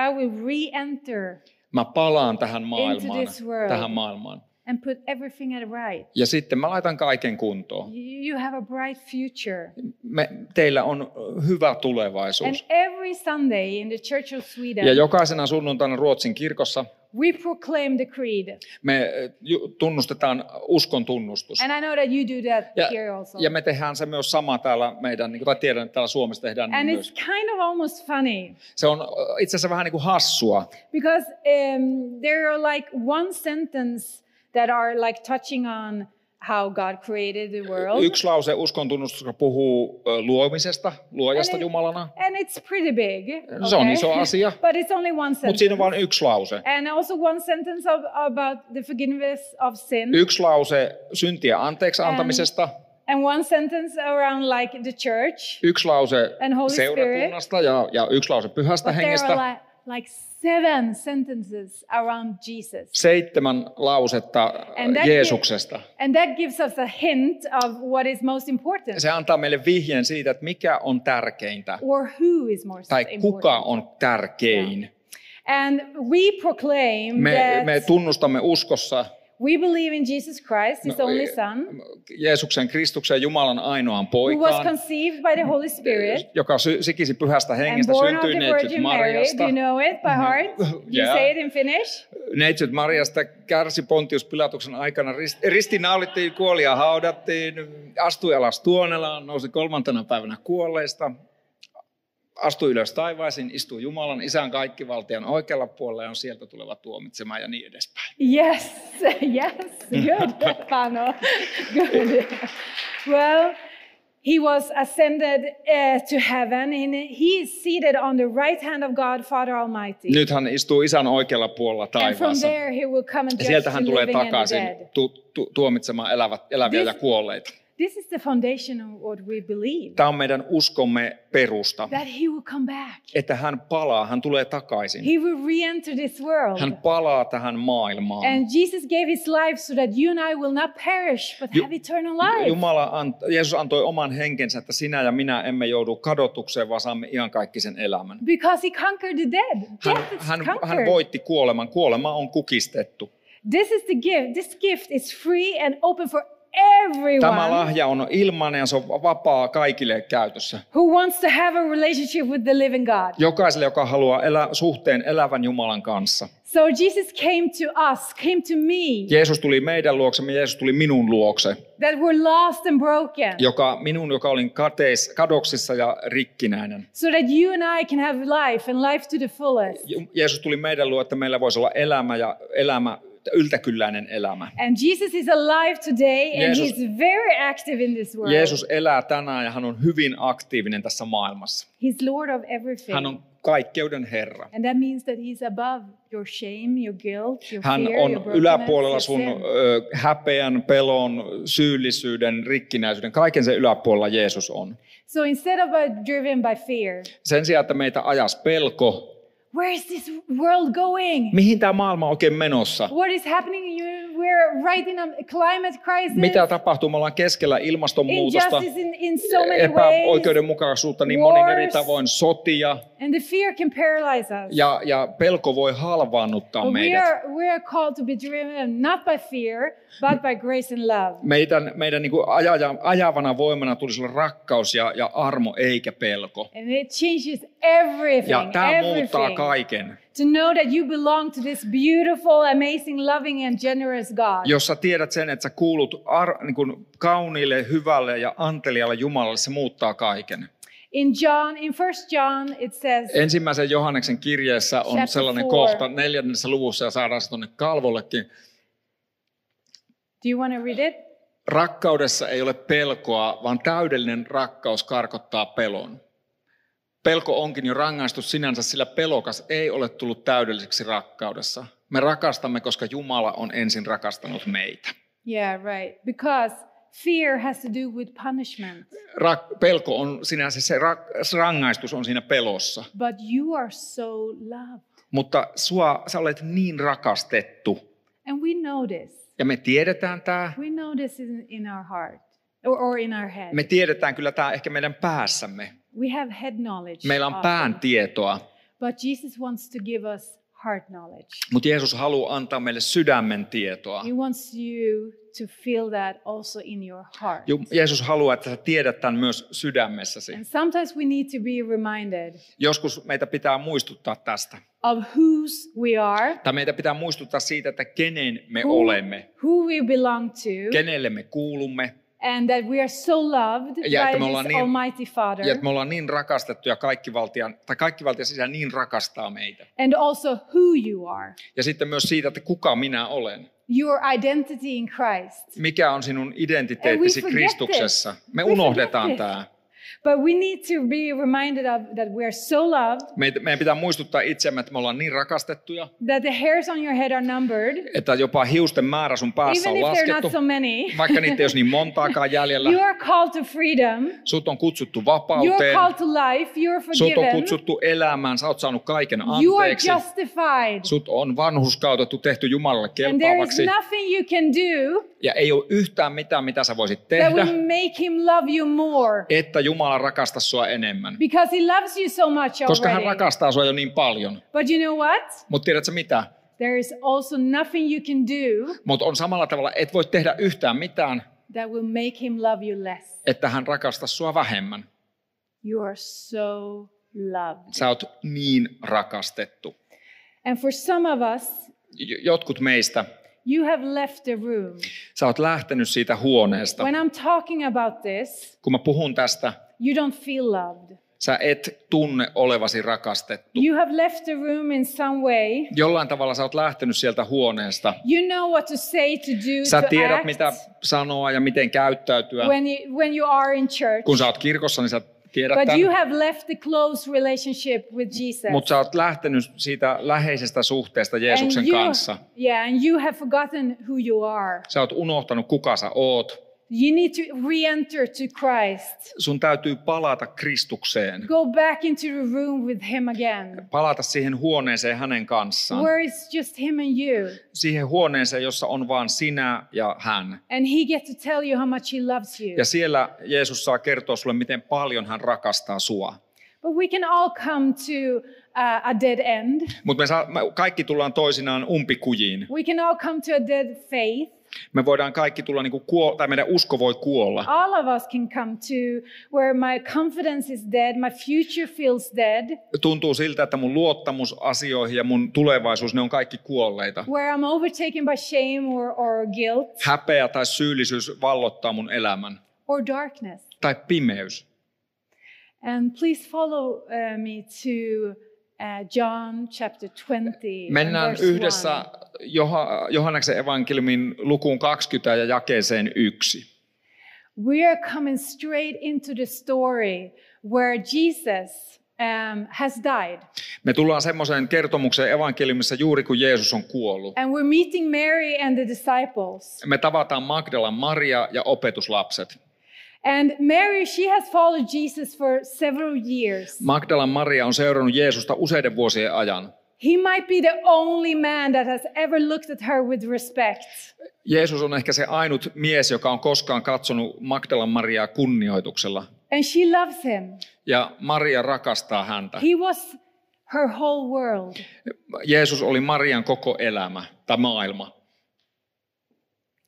A: I will re enter
B: Mä palaan tähän maailmaan,
A: Into this world.
B: tähän maailmaan.
A: and put everything at right.
B: Ja sitten mä laitan kaiken kuntoon.
A: You you have a bright future.
B: Me, teillä on ö, hyvä
A: And
B: tulevaisuus.
A: every Sunday in the Church of Sweden,
B: Ja jokaisena sunnuntaina Ruotsin kirkossa
A: we proclaim the creed.
B: me ö, ju- tunnustetaan uskon tunnustus.
A: And I know that you do that
B: Ja,
A: here also.
B: ja me tehdään se myös sama täällä meidän, niin kuin, tai tiedän, että täällä Suomessa tehdään niin
A: and it's
B: myös.
A: kind of almost funny
B: Se on ö, itse asiassa vähän niin kuin hassua.
A: because um, there are like one sentence that are like touching on how God created the world.
B: Yksi lause uskon tunnustus, joka puhuu ö, luomisesta, luojasta
A: Eli-
B: Jumalana.
A: And it's pretty big.
B: Se on iso asia.
A: But it's only one
B: Mutta
A: sentence.
B: siinä on vain yksi lause.
A: And also one sentence of, about the forgiveness of sin.
B: Yksi lause syntien anteeksi antamisesta,
A: And one sentence around like the church.
B: yksi lause
A: And Holy
B: seurakunnasta ja, ja yksi lause pyhästä
A: But there are
B: hengestä.
A: like, like seven sentences around Jesus.
B: Seitsemän lausetta
A: And that
B: Jeesuksesta.
A: And that gives us a hint of what is most important
B: Se antaa meille vihjeen siitä, että mikä on tärkeintä
A: or who is most
B: tai kuka
A: important.
B: on tärkein.
A: And we proclaim
B: Me,
A: that
B: me tunnustamme uskossa
A: we believe in Jesus Christ, his
B: No,
A: only
B: eh,
A: son,
B: Jeesuksen, Kristuksen, Jumalan ainoan
A: who was
B: poikaan,
A: conceived by the Holy Spirit
B: joka sy- sikisi pyhästä
A: and
B: hengestä,
A: born of
B: syntyi
A: the
B: neitsyt
A: Virgin Mary.
B: Mariasta.
A: Do you know it by heart? You
B: Yeah.
A: say it in Finnish.
B: Neitsyt Mariasta kärsi Pontius Pilatuksen aikana, rist- ristiinnaulittiin, kuoli ja haudattiin, astui alas tuonelaan, nousi kolmantena päivänä kuolleista, astui ylös taivaisiin, istui Jumalan isän kaikkivaltian oikealla puolella ja on sieltä tuleva tuomitsemaan ja niin edespäin.
A: Yes, yes, good, Pano. Good. Well, he was ascended uh, to heaven and he is seated on the right hand of God, Father Almighty.
B: Nyt hän istuu isän oikealla puolella
A: and from
B: taivaassa.
A: there he will come and
B: Ja
A: judge
B: sieltä
A: the
B: hän tulee
A: living and the
B: takaisin
A: dead.
B: tu- tu- tuomitsemaan elävät, eläviä
A: This-
B: ja kuolleita.
A: This is the foundation of what we believe
B: Tämä on meidän uskomme perusta,
A: that he will come back.
B: että hän palaa, hän tulee takaisin.
A: He will re enter this world.
B: Hän palaa tähän maailmaan.
A: and Jesus gave his life so that you and I will not perish but
B: Ju-
A: have eternal life.
B: Jumala ant, Jeesus antoi oman henkensä, että sinä ja minä emme joudu kadotukseen, vaan saamme iankaikkisen elämän.
A: because he conquered the dead.
B: Hän,
A: Death is
B: hän,
A: conquered.
B: hän voitti kuoleman. Kuolema on kukistettu.
A: This is the gift. This gift is free and open for everyone
B: Tämä lahja on ilmainen ja se on vapaa kaikille käytössä.
A: who wants to have a relationship with the living God.
B: Jokaiselle, joka haluaa elä, suhteen elävän Jumalan kanssa.
A: So Jesus came to us, came to me,
B: Jeesus tuli meidän luoksemme, Jeesus tuli minun luokse,
A: that were lost and broken,
B: joka, minun, joka olin kateis, kadoksissa ja rikkinäinen.
A: so that you and I can have life and life to the fullest.
B: Ju- Jeesus tuli meidän luo, että meillä voisi olla elämä ja elämä, yltäkylläinen elämä.
A: And Jesus is alive today and
B: Jeesus-
A: he's very active in this world.
B: Jeesus elää tänään ja hän on hyvin aktiivinen tässä maailmassa.
A: He's Lord of everything.
B: Hän on kaikkeuden Herra.
A: And that means that he's above your shame, your guilt, your
B: Hän
A: fear, your
B: on
A: brokenness,
B: yläpuolella
A: your
B: sun
A: sin.
B: ö, häpeän, pelon, syyllisyyden, rikkinäisyyden. Kaiken sen yläpuolella Jeesus on.
A: So instead of uh, driven by fear,
B: Sen sijaan, että meitä ajas pelko,
A: where is this world going?
B: mihin tämä maailma on oikein menossa?
A: What is happening? You- We're right in a climate crisis.
B: Mitä tapahtuu? Me ollaan keskellä ilmastonmuutosta,
A: Injustice in, in so
B: Eh,
A: many ways.
B: epäoikeudenmukaisuutta niin monin eri
A: Wars.
B: tavoin, sotia
A: And the fear can paralyze us.
B: ja, ja pelko voi halvaannuttaa
A: But we
B: meidät.
A: are, we are called to be driven not by fear, but by grace and love.
B: Meidän, meidän niin kuin ajaja, ajavana voimana tulisi olla rakkaus ja, ja armo eikä pelko.
A: And it changes everything.
B: Ja tämä muuttaa
A: everything.
B: kaiken.
A: To know that you belong to this beautiful, amazing, loving, and generous God.
B: Jos sä tiedät sen, että sä kuulut ar, niin kuin kauniille, hyvälle ja antelialle Jumalalle, se muuttaa kaiken.
A: In John, in First John, it says,
B: Eh. Ensimmäisen Johanneksen kirjeessä on
A: Chapter
B: sellainen
A: four.
B: kohta neljännessä luvussa ja saadaan se tuonne kalvollekin.
A: Do you want to read it?
B: Rakkaudessa ei ole pelkoa, vaan täydellinen rakkaus karkottaa pelon. Pelko onkin jo rangaistus sinänsä, sillä pelokas ei ole tullut täydelliseksi rakkaudessa. Me rakastamme, koska Jumala on ensin rakastanut meitä.
A: Yeah, right. Because fear has to do with punishment.
B: Rak- pelko on sinänsä, se ra- se rangaistus on siinä pelossa.
A: But you are so loved.
B: Mutta sua, sä olet niin rakastettu.
A: And we know this.
B: Ja me tiedetään tämä.
A: We know this in, in our heart or, or in our head.
B: Me tiedetään kyllä tämä ehkä meidän päässämme.
A: We have head knowledge.
B: Meillä on
A: often.
B: pään tietoa.
A: But Jesus wants to give us heart knowledge.
B: Mutta Jeesus haluaa antaa meille sydämen tietoa.
A: He wants you to feel that also in your heart.
B: Ju- Jeesus haluaa, että sä tiedät tämän myös sydämessäsi.
A: And sometimes we need to be reminded
B: Joskus meitä pitää muistuttaa tästä.
A: of whose we are,
B: Tai meitä pitää muistuttaa siitä, että kenen me
A: Who-
B: olemme,
A: who we belong to,
B: kenelle me kuulumme.
A: and that we are so loved
B: Ja
A: by
B: että me
A: this
B: ollaan niin-
A: Almighty Father,
B: Ja että me ollaan niin rakastettuja, kaikki valtian, tai kaikki valtian sisään niin rakastaa meitä.
A: and also who you are,
B: Ja sitten myös siitä, että kuka minä olen.
A: your identity in Christ.
B: Mikä on sinun
C: And
B: identiteettisi
C: we forget
B: Kristuksessa? Me
A: We
B: unohdetaan
A: forget
B: tämä.
A: But we need to be reminded of that we are so loved,
B: Meitä- Meidän pitää muistuttaa itseämme, että me ollaan niin rakastettuja,
A: that the hairs on your head are numbered,
B: että jopa hiusten määrä sun päässä
A: even
B: on
A: if they're
B: laskettu,
A: not so many.
B: vaikka niitä ei olisi niin montaakaan jäljellä.
A: You are called to freedom.
B: Sut on kutsuttu
A: You're
B: vapauteen.
A: called to life. You're
B: Sut on
A: forgiven.
B: kutsuttu elämään. Sä oot saanut kaiken
A: You are
B: anteeksi.
A: justified.
B: Sut on vanhuskautettu, tehty Jumalalle
A: And there is
B: kelpaavaksi.
A: nothing you can do
B: Ja ei ole yhtään mitään, mitä sä voisit
A: that
B: tehdä,
A: will make him love you more.
B: että Jumala rakastaa sua enemmän.
A: Because he loves you so much
B: Koska hän
A: already.
B: rakastaa sua jo niin paljon.
A: But you know what?
B: Mutta tiedätkö mitä?
A: There is also nothing you can do
B: Mutta on samalla tavalla, et voi tehdä yhtään mitään,
A: that will make him love you less.
B: että hän rakastaa sua vähemmän.
A: You are so loved.
B: Sä oot niin rakastettu.
A: And for some of us,
B: J- Jotkut meistä,
A: you have left the room.
B: sä oot lähtenyt siitä huoneesta.
A: When I'm talking about this,
B: Kun mä puhun tästä,
A: you don't feel loved.
B: sä et tunne olevasi rakastettu.
A: You have left the room in some way.
B: Jollain tavalla sä oot lähtenyt sieltä huoneesta.
A: You know what to say, to do,
B: Sä
A: to
B: tiedät,
A: act.
B: mitä sanoa ja miten käyttäytyä.
A: when you, when you are in church.
B: Kun sä oot kirkossa, niin sä tiedät
A: But you
B: tämän.
A: have left the close relationship with Jesus.
B: Mutta sä oot lähtenyt siitä läheisestä suhteesta
A: and
B: Jeesuksen
A: you,
B: kanssa.
A: Yeah, and you have forgotten who you are.
B: Sä oot unohtanut, kuka sä oot.
A: You need to re-enter to Christ.
B: Sun täytyy palata Kristukseen.
A: Go back into the room with him again.
B: Palata siihen huoneeseen hänen kanssaan.
A: Where it's just him and you.
B: Siihen huoneeseen, jossa on vaan sinä ja hän.
A: And he gets to tell you how much he loves you.
B: Ja siellä Jeesus saa kertoa sulle, miten paljon hän rakastaa sua.
A: But we can all come to uh, a dead end.
B: Mutta me, saa, me kaikki tullaan toisinaan umpikujiin.
A: We can all come to a dead faith.
B: Me voidaan kaikki tulla, niin kuin kuo, tai meidän usko voi kuolla.
A: All of us can come to where my confidence is dead, my future feels dead,
B: Tuntuu siltä, että mun luottamus asioihin ja mun tulevaisuus, ne on kaikki kuolleita.
A: where I'm overtaken by shame or, or guilt
B: Häpeä tai syyllisyys vallottaa mun elämän.
A: or darkness.
B: Tai pimeys.
A: And please follow uh, me to uh, John chapter 20. and
B: Mennään
A: verse
B: yhdessä
A: 1.
B: Joha- Johanneksen evankeliumin lukuun 20 ja jakeeseen 1.
A: We are coming straight into the story where Jesus um, has died.
B: Me tullaan semmoiseen kertomukseen evankeliumissa juuri kun Jeesus on kuollut.
A: And we're meeting Mary and the disciples.
B: Me tavataan Magdalan Maria ja opetuslapset.
A: And Mary, she has followed Jesus for several years.
B: Magdalan Maria on seurannut Jeesusta useiden vuosien ajan.
A: He might be the only man that has ever looked at her with respect.
B: Jeesus on ehkä se ainut mies, joka on koskaan katsonut Magdalan Mariaa kunnioituksella.
A: And she loves him.
B: Ja Maria rakastaa häntä.
A: He was her whole world.
B: Jeesus oli Marian koko elämä tai maailma.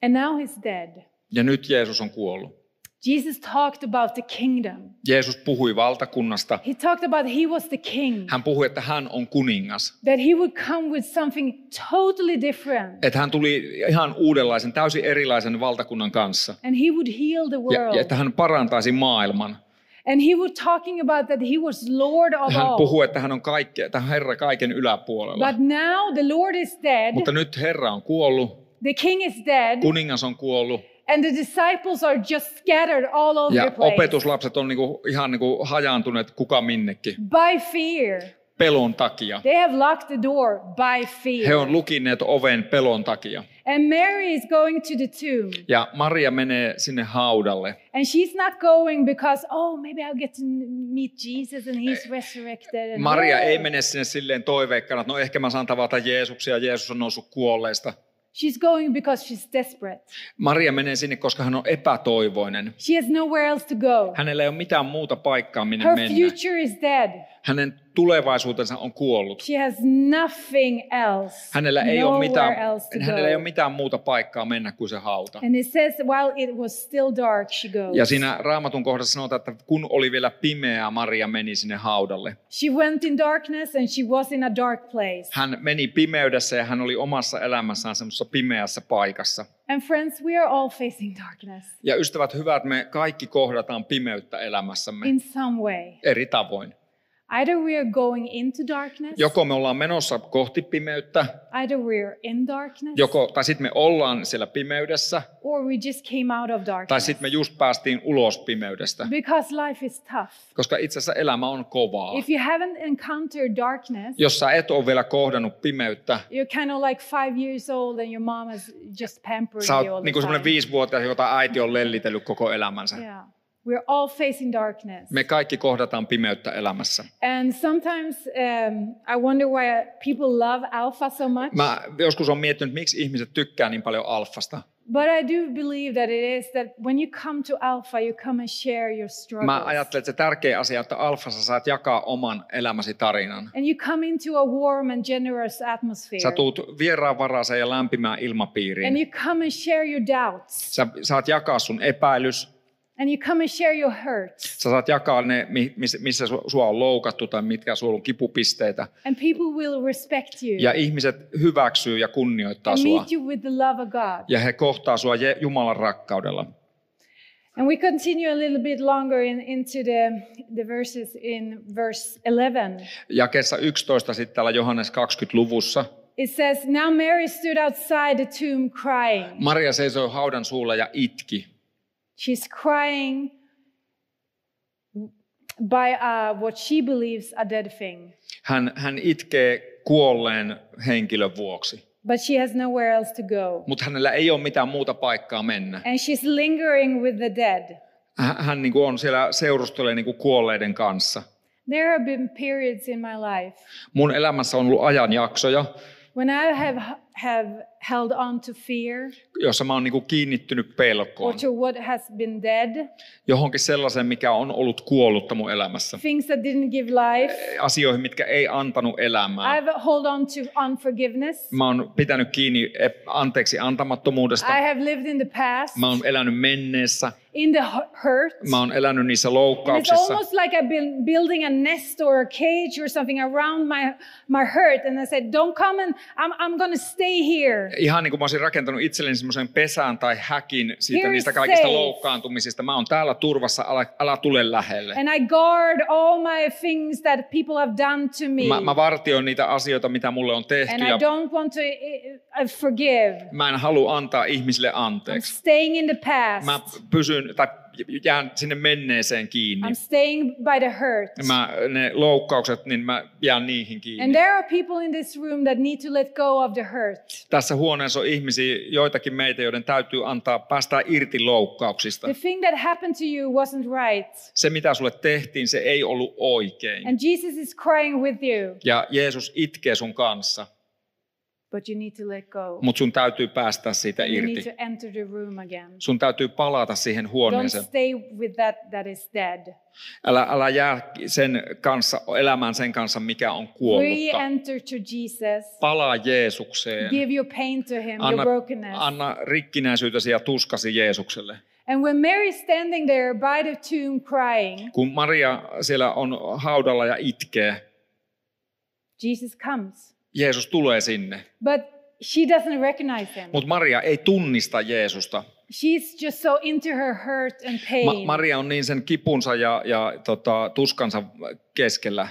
A: And now he's dead.
B: Ja nyt Jeesus on kuollut.
A: Jesus talked about the kingdom.
B: Jeesus puhui valtakunnasta.
A: He talked about he was the king,
B: Hän puhui, että hän on kuningas.
A: that he would come with something totally different
B: Että hän tuli ihan uudenlaisen, täysin erilaisen valtakunnan kanssa.
A: and he would heal the
B: Ja, ja
A: world.
B: että hän parantaisi maailman.
A: And he was talking about that he was Lord of
B: Hän
A: all.
B: puhuu, että hän on kaikke, että hän on Herra kaiken yläpuolella.
A: But now the Lord is dead,
B: Mutta nyt Herra on kuollut,
A: the king is dead,
B: kuningas on kuollut
A: and the disciples are just scattered all over
B: ja
A: the place
B: opetuslapset on niinku, ihan niinku hajaantuneet kuka minnekin
A: by fear.
B: pelon takia.
A: They have locked the door by
B: He
A: fear.
B: on lukineet oven pelon takia.
A: And Mary is going to the tomb.
B: Ja Maria menee sinne haudalle.
A: And she's not going because, oh, maybe I'll get to n- meet Jesus and he's resurrected. And
B: Maria
A: No.
B: ei mene sinne silleen toiveikkana, että no ehkä mä saan tavata Jeesuksia, Jeesus on noussut kuolleista.
A: She's going because she's desperate.
B: Maria menee sinne, koska hän on epätoivoinen.
A: She has nowhere else to go.
B: Hänellä ei ole mitään muuta paikkaa, minne
A: Her
B: mennä.
A: future is dead.
B: Hänen tulevaisuutensa on kuollut.
A: She has nothing else.
B: Hänellä ei, ole mitään,
A: nowhere else to
B: hänellä ei
A: go.
B: ole mitään muuta paikkaa mennä kuin se hauta.
A: And it says, while it was still dark, she goes.
B: Ja siinä raamatun kohdassa sanotaan, että kun oli vielä pimeää, Maria meni sinne haudalle.
A: She went in darkness and she was in a dark place.
B: Hän meni pimeydessä ja hän oli omassa elämässään semmoisessa pimeässä paikassa.
A: And friends, we are all facing darkness
B: Ja ystävät hyvät, me kaikki kohdataan pimeyttä elämässämme
A: in some way.
B: eri tavoin.
A: Either we are going into darkness,
B: Joko me ollaan menossa kohti pimeyttä,
A: either we're in darkness,
B: joko, tai sitten me ollaan siellä pimeydessä,
A: or we just came out of
B: tai
A: darkness.
B: sitten me just päästiin ulos pimeydestä.
A: Because life is tough.
B: Koska itse asiassa elämä on kovaa.
A: If you haven't encountered darkness,
B: Jos sä et ole vielä kohdannut pimeyttä,
A: you're kind of like five years old and your mom has just pampered
B: Sä
A: you all
B: oot
A: the
B: niin kuin semmoinen
A: time.
B: viisivuotias, jota äiti on lellitellyt koko elämänsä.
A: Yeah. We're all facing darkness.
B: Me kaikki kohdataan pimeyttä elämässä.
A: And sometimes um, I wonder why people love alpha so much.
B: Mä joskus on miettinyt, miksi ihmiset tykkää niin paljon alfasta.
A: But I do believe that it is that when you come to alpha, you come and share your
B: Mä
A: struggles.
B: ajattelen, että se tärkeä asia, että alfassa saat jakaa oman elämäsi tarinan.
A: And you come into a warm and generous atmosphere.
B: Sä tuut vieraanvaraiseen ja lämpimään
A: And
B: ilmapiiriin.
A: you come and share your doubts.
B: Sä saat jakaa sun epäilys.
A: And you come and share your hurts.
B: Sä saat jakaa ne, mi- mis- missä su- sua on loukattu tai mitkä sulla on kipupisteitä.
A: And people will respect you
B: Ja ihmiset hyväksyy ja kunnioittaa
A: and
B: sua.
A: meet you with the love of God.
B: Ja he kohtaa sua Je- Jumalan rakkaudella.
A: And we continue a little bit longer in, into the, the verses in verse 11.
B: Jakeessa 11 sitten täällä Johannes 20-luvussa.
A: It says, Now Mary stood outside the tomb crying.
B: Maria seisoi haudan suulla ja itki.
A: She's crying by uh, what she believes a dead thing,
B: Hän, hän itkee kuolleen henkilön vuoksi,
A: but she has nowhere else to go.
B: mutta hänellä ei ole mitään muuta paikkaa mennä.
A: And she's lingering with the dead.
B: Hän, hän niin kuin on siellä seurustelee niin kuin kuolleiden kanssa.
A: There have been periods in my life
B: Mun elämässä on ollut ajanjaksoja,
A: when I have, have held on to fear
B: jossa mä oon niin kuin kiinnittynyt
A: or
B: pelkoon.
A: to what has been dead,
B: Johonkin sellaiseen, mikä on ollut kuollutta mun elämässä.
A: things that didn't give life.
B: Asioihin, mitkä ei antanut elämää.
A: I've hold on to unforgiveness.
B: Mä oon pitänyt kiinni ep- anteeksi antamattomuudesta.
A: I have lived in the past,
B: Mä oon elänyt menneessä.
A: in the hu- hurt.
B: Mä oon elänyt niissä
A: And it's
B: loukkauksissa.
A: almost like I've been building a nest or a cage or something around my, my hurt. And I said, don't come and I'm, I'm going to stay here.
B: Ihan niin kuin mä olisin rakentanut itselleni semmoisen pesään tai häkin siitä
A: Here is
B: niistä kaikista
A: safe.
B: loukkaantumisista. Mä oon täällä turvassa, ala, ala tule lähelle.
A: And I guard all my things that people have done to me.
B: Mä, mä vartioin niitä asioita, mitä mulle on tehty
A: and I
B: ja
A: don't want to eh, eh, forgive.
B: mä en halua antaa ihmisille
A: I'm
B: anteeksi.
A: staying in the past.
B: Mä pysyn tai jään sinne menneeseen kiinni.
A: I'm staying by the hurt.
B: Ja Mä, ne loukkaukset, niin mä jään niihin kiinni.
A: And there are people in this room that need to let go of the hurt.
B: Tässä huoneessa on ihmisiä, joitakin meitä, joiden täytyy antaa päästää irti loukkauksista.
A: The thing that happened to you wasn't right.
B: Se, mitä sulle tehtiin, se ei ollut oikein.
A: And Jesus is crying with you,
B: Ja Jeesus itkee sun kanssa,
A: but you need to let go.
B: mutta sun täytyy päästä siitä
A: And you
B: irti.
A: need to enter the room again.
B: Sun täytyy palata siihen
A: Don't
B: huoneeseen.
A: stay with that that is dead.
B: Älä, älä jää sen kanssa, elämään sen kanssa, mikä on kuollutta.
A: Re-enter to Jesus.
B: Palaa Jeesukseen.
A: Give your pain to him, your
B: Anna,
A: brokenness.
B: anna rikkinäisyytesi ja tuskasi Jeesukselle.
A: And when Mary's standing there by the tomb crying,
B: Kun Maria siellä on haudalla ja itkee,
A: Jesus comes.
B: Jeesus tulee sinne.
A: But she doesn't recognize him.
B: Mutta Maria ei tunnista Jeesusta.
A: She's just so into her hurt and
B: Ma-
A: pain.
B: Maria on niin sen kipunsa ja, ja tota, tuskansa keskellä.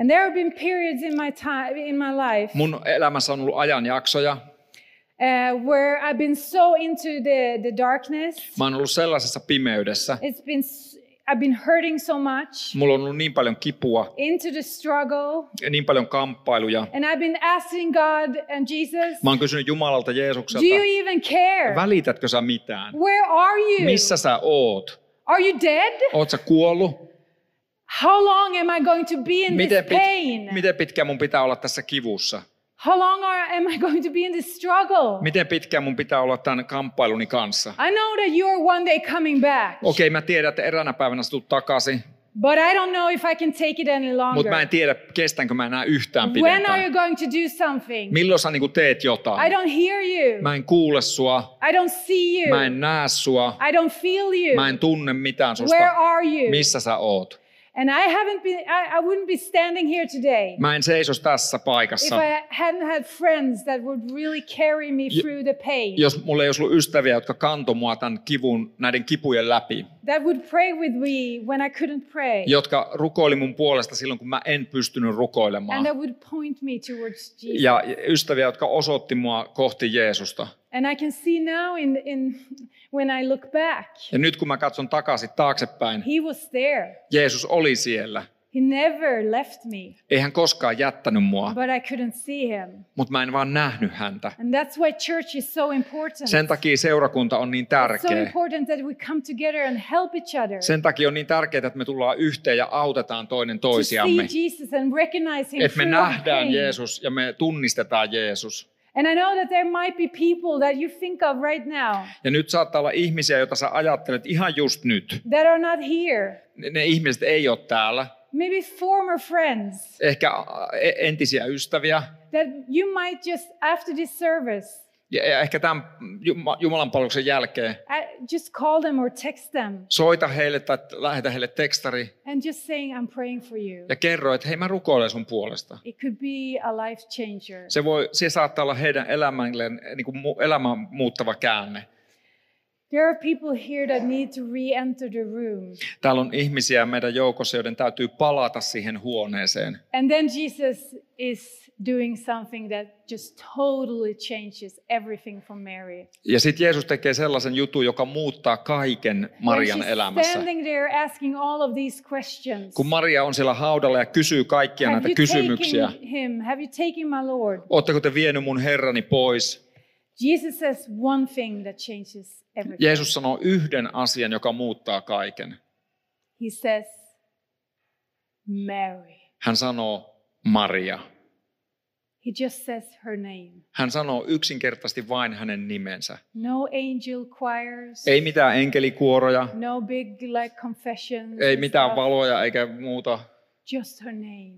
A: And there have been periods in my time in my life
B: Mun elämässä on ollut ajanjaksoja.
A: uh, where I've been so into the, the darkness.
B: Mä oon ollut sellaisessa pimeydessä.
A: It's been s- I've been hurting so much
B: Mulla on ollut niin paljon kipua,
A: into the struggle,
B: ja niin paljon kamppailuja.
A: and I've been asking God and Jesus,
B: Mä oon kysynyt Jumalalta Jeesukselta,
A: do you even care?
B: välitätkö sä mitään?
A: Where are you?
B: Missä sä oot?
A: Are you dead?
B: Oot sä kuollut?
A: How long am I going to be in
B: Miten,
A: this
B: pit,
A: pain?
B: miten pitkään mun pitää olla tässä kivussa?
A: How long are, am I going to be in this struggle?
B: Miten pitkään mun pitää olla tämän kamppailuni kanssa?
A: I know that you're one day coming back,
B: Okei, mä tiedän, että eräänä päivänä sä tulet takaisin,
A: but I don't know if I can take it any
B: mutta mä en
A: longer.
B: tiedä, kestänkö mä enää yhtään
A: When are you
B: pidempään.
A: going to do something?
B: Milloin sä niinku teet
A: I
B: jotain?
A: don't hear you.
B: Mä en kuule sua,
A: I don't see
B: mä
A: you.
B: en näe sua,
A: I don't feel you.
B: mä en tunne mitään
A: Where
B: susta.
A: are you?
B: Missä sä oot?
A: And I haven't been, I, I wouldn't be standing here today
B: Mä en seisos tässä
A: if
B: paikassa.
A: I hadn't had friends that would really carry me
B: Jo-
A: through the pain,
B: Jos mulla ei olisi ollut ystäviä, jotka kantoi mua tämän kivun, näiden kipujen läpi,
A: that would pray with me when I couldn't pray,
B: jotka rukoili mun puolesta silloin, kun mä en pystynyt rukoilemaan.
A: and that would point me towards Jesus.
B: ja ystäviä, jotka osoitti mua kohti Jeesusta.
A: And I can see now in, in when I look back,
B: Ja nyt kun mä katson takaisin taaksepäin,
A: he was there.
B: Jeesus oli siellä.
A: He never left me,
B: Ei hän koskaan jättänyt mua,
A: but I couldn't see him.
B: mutta mä en vaan nähnyt häntä.
A: And that's why church is so important.
B: Sen takia seurakunta on niin
A: It's so
B: tärkeä.
A: important that we come together and help each other
B: Sen takia on niin tärkeää, että me tullaan yhteen ja autetaan toinen
A: to see
B: toisiamme.
A: Jesus and recognize him
B: Että me
A: through our
B: nähdään
A: pain.
B: Jeesus ja me tunnistetaan Jeesus.
A: And I know that there might be people that you think of right now
B: Ja nyt saattaa olla ihmisiä, joita sä ajattelet ihan just nyt.
A: that are not here.
B: Ne, ne ihmiset ei ole täällä.
A: Maybe former friends
B: Ehkä äh, entisiä ystäviä,
A: that you might just after this service
B: Ja ja ehkä tämän Jum- Jumalan palveluksen jälkeen
A: I just call them or text them
B: soita heille tai lähetä heille tekstari
A: and just saying I'm praying for you.
B: ja kerro, että hei mä rukoilen sun puolesta.
A: It could be a life changer.
B: Se, voi, se saattaa olla heidän elämälleen niin kuin mu, elämän muuttava käänne.
A: There are people here that need to re-enter the room.
B: Täällä on ihmisiä meidän joukossa, joiden täytyy palata siihen huoneeseen.
A: And then Jesus is doing something that just totally changes everything for Mary.
B: Ja sitten Jeesus tekee sellaisen jutun, joka muuttaa kaiken Marian
A: When she's
B: elämässä.
A: standing there asking all of these questions.
B: Kun Maria on siellä haudalla ja kysyy kaikkia
A: Have
B: näitä
A: you
B: kysymyksiä.
A: taken him? Have you taken my Lord?
B: Oletteko te vienyt mun herrani pois?
A: Jesus says one thing that changes everything.
B: Jeesus sanoo yhden asian, joka muuttaa kaiken.
A: He says, Mary.
B: Hän sanoo Maria.
A: He just says her name.
B: Hän sanoo yksinkertaisesti vain hänen nimensä.
A: No angel choirs.
B: Ei mitään enkelikuoroja,
A: No big like confessions.
B: ei
A: and
B: mitään
A: stuff.
B: valoja eikä muuta.
A: Just her name.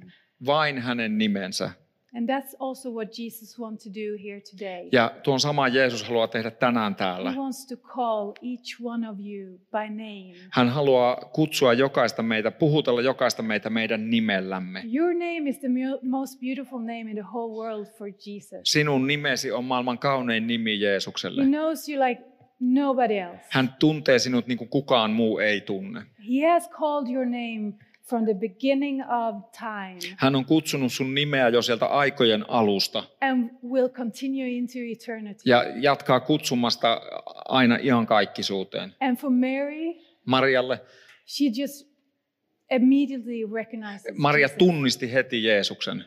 B: Vain hänen nimensä.
A: And that's also what Jesus wants to do here today.
B: Ja tuon sama Jeesus haluaa tehdä tänään täällä.
A: He wants to call each one of you by name.
B: Hän haluaa kutsua jokaista meitä, puhutella jokaista meitä meidän nimellämme.
A: Your name is the mu- most beautiful name in the whole world for Jesus.
B: Sinun nimesi on maailman kaunein nimi Jeesukselle.
A: He knows you like nobody else.
B: Hän tuntee sinut niin kuin kukaan muu ei tunne.
A: He has called your name from the beginning of time
B: Hän on kutsunut sun nimeä jo sieltä aikojen alusta
A: and will continue into eternity.
B: ja jatkaa kutsumasta aina iankaikkisuuteen.
A: And for Mary,
B: Marjalle.
A: She just immediately recognizes
B: Maria
A: Jesus.
B: tunnisti heti Jeesuksen.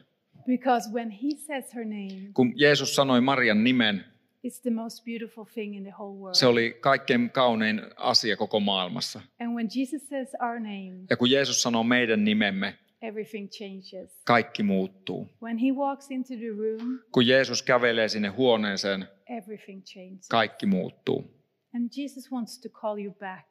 A: because when he says her name,
B: Kun Jeesus sanoi Marian nimen,
A: it's the most beautiful thing in the whole world.
B: se oli kaikkein kaunein asia koko maailmassa.
A: and when Jesus says our name,
B: Ja kun Jeesus sanoo meidän nimemme,
A: everything changes.
B: kaikki muuttuu.
A: When he walks into the room,
B: Kun Jeesus kävelee sinne huoneeseen,
A: everything changes.
B: kaikki muuttuu.
A: And Jesus wants to call you back.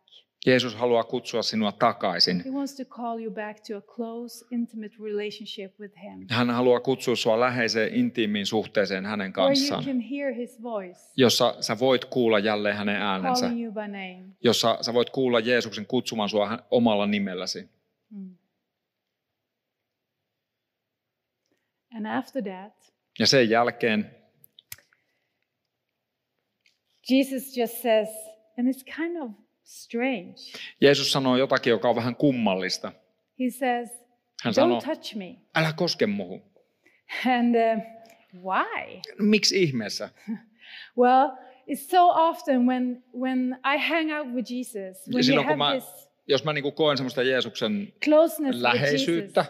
B: Jeesus haluaa kutsua sinua takaisin.
A: He wants to call you back to a close, intimate relationship with him.
B: Hän haluaa kutsua sinua läheiseen intiimiin suhteeseen hänen
A: Where you
B: kanssaan,
A: can hear his voice
B: jossa sä voit kuulla jälleen hänen äänensä,
A: calling you by name.
B: jossa sä voit kuulla Jeesuksen kutsuman sinua hä- omalla nimelläsi.
A: Mm. And after that,
B: Ja sen jälkeen
A: Jesus just says, and it's kind of strange.
B: Jeesus sanoo jotakin, joka on vähän kummallista.
A: He says,
B: Hän sanoo,
A: Don't touch me.
B: älä koske muhun.
A: And uh, why?
B: Miksi ihmeessä?
A: Well, it's so often when when I hang out with Jesus, when you
B: silloin kun
A: have
B: mä
A: this
B: jos mä niinku koen semmoista Jeesuksen
A: closeness with Jesus,
B: läheisyyttä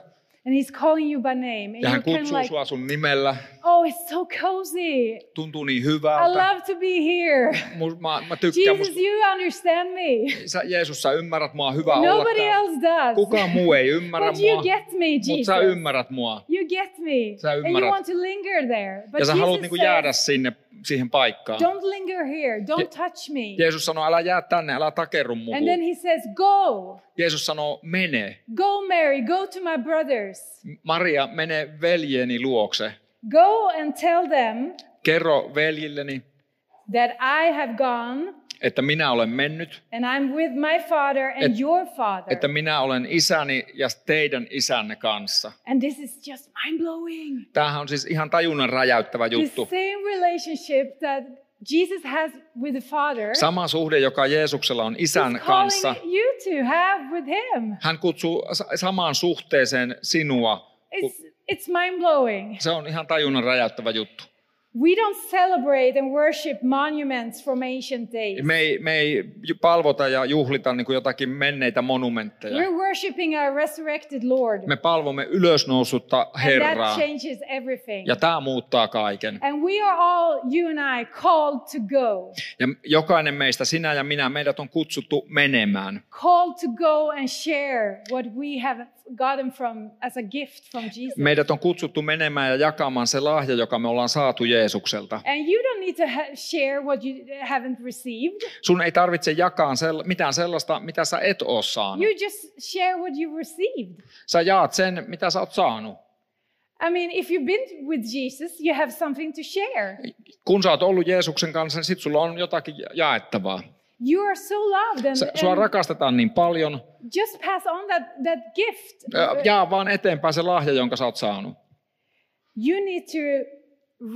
A: and He's calling you by name, and
B: ja
A: you're
B: hän
A: kind of
B: kutsuu
A: like,
B: sua sun nimellä,
A: oh, it's so cozy.
B: tuntuu niin
A: I
B: hyvältä,
A: love to be here.
B: mu- mä, mä tykkään,
A: Jesus,
B: musta,
A: you understand me.
B: sä, Jeesus sä ymmärrät mua, hyvä olla
A: Nobody
B: täällä.
A: else does.
B: Kukaan muu ei ymmärrä
A: But you
B: mua,
A: get me,
B: mutta
A: Jesus.
B: sä ymmärrät mua.
A: You get me.
B: Sä
A: And you
B: ymmärrät.
A: want to linger there. But
B: Ja sä haluat
A: Jesus
B: niinku jäädä
A: says,
B: sinne, siihen paikkaan.
A: don't linger here. Don't
B: Je-
A: touch me.
B: Jeesus sanoo, älä jää tänne, älä takerru muuhun.
A: And then he says, go.
B: Jeesus sanoo, mene.
A: Go, Mary, go to my brothers.
B: Maria, mene veljeni luokse.
A: Go and tell them
B: Kerro veljilleni,
A: that I have gone
B: että minä olen mennyt,
A: and I'm with my father and
B: Et-
A: your father.
B: että minä olen isäni ja teidän isänne kanssa.
A: and this is just mind blowing.
B: Tämähän on siis ihan tajunnan räjäyttävä
A: The
B: juttu.
A: same relationship that Jesus has with the father,
B: Sama suhde, joka Jeesuksella on isän
A: he's
B: kanssa.
A: calling you to have with him.
B: Hän kutsuu sa- samaan suhteeseen sinua.
A: It's, it's mind blowing.
B: Se on ihan tajunnan räjäyttävä juttu.
A: We don't celebrate and worship monuments from ancient days.
B: Me ei, me ei ju- palvota ja juhlita niin kuin jotakin menneitä monumentteja.
A: We're worshiping our resurrected Lord.
B: Me palvomme ylösnoussutta
A: And that
B: Herraa.
A: changes everything.
B: Ja tämä muuttaa kaiken.
A: And we are all, you and I, called to go.
B: Ja jokainen meistä, sinä ja minä, meidät on kutsuttu menemään.
A: Called to go and share what we have gotten from as a gift from Jesus.
B: Meidät on kutsuttu menemään ja jakamaan se lahja, joka me ollaan saatu Jeesukselta.
A: And you don't need to ha- share what you haven't received.
B: Sun ei tarvitse jakaa sel- mitään sellaista, mitä sä et oo saanut.
A: You just share what you received.
B: Sä jaat sen, mitä sä oot saanut.
A: I mean, if you've been with Jesus, you have something to share.
B: Kun sä oot ollut Jeesuksen kanssa, niin sit sulla on jotakin ja- jaettavaa.
A: You are so loved, and,
B: Sä, sua
A: and
B: rakastetaan niin paljon.
A: just pass on that, that gift.
B: Ö, Jaa vaan eteenpäin se lahja, jonka sä oot saanut.
A: You need to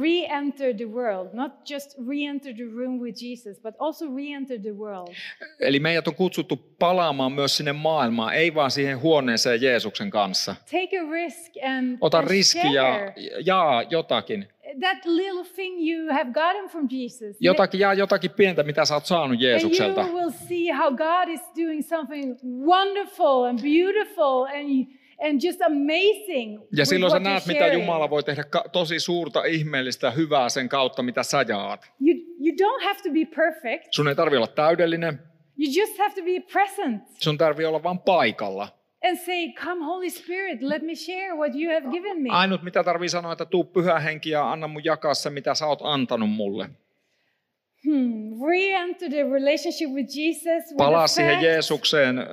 A: re enter the world, not just re enter the room with Jesus, but also re enter the world.
B: Eli meidät on kutsuttu palaamaan myös sinne maailmaan, ei vaan siihen huoneeseen Jeesuksen kanssa.
A: Take a risk and,
B: Ota
A: and
B: riski ja
A: share
B: jaa jotakin.
A: that little thing you have gotten from Jesus.
B: jotakin jaa jotakin pientä, mitä sä oot saanut
A: and you
B: Jeesukselta.
A: will see how God is doing something wonderful and beautiful and, and just amazing.
B: Ja
A: with
B: silloin sä
A: what you're
B: näet, mitä
A: sharing.
B: Jumala voi tehdä ka- tosi suurta, ihmeellistä, hyvää sen kautta, mitä sä jaat.
A: You, you don't have to be perfect,
B: Sun ei tarvi olla täydellinen,
A: you just have to be present
B: sun tarvi olla vaan paikalla.
A: and say, Come, Holy Spirit, let me share what you have given me.
B: Ainut mitä tarvii sanoa, että tuu pyhä henki ja anna mun jakaa se, mitä sä oot antanut mulle.
A: Hmm, re-enter the relationship with Jesus with
B: Palaa
A: the
B: siihen
A: fact
B: Jeesukseen, äh,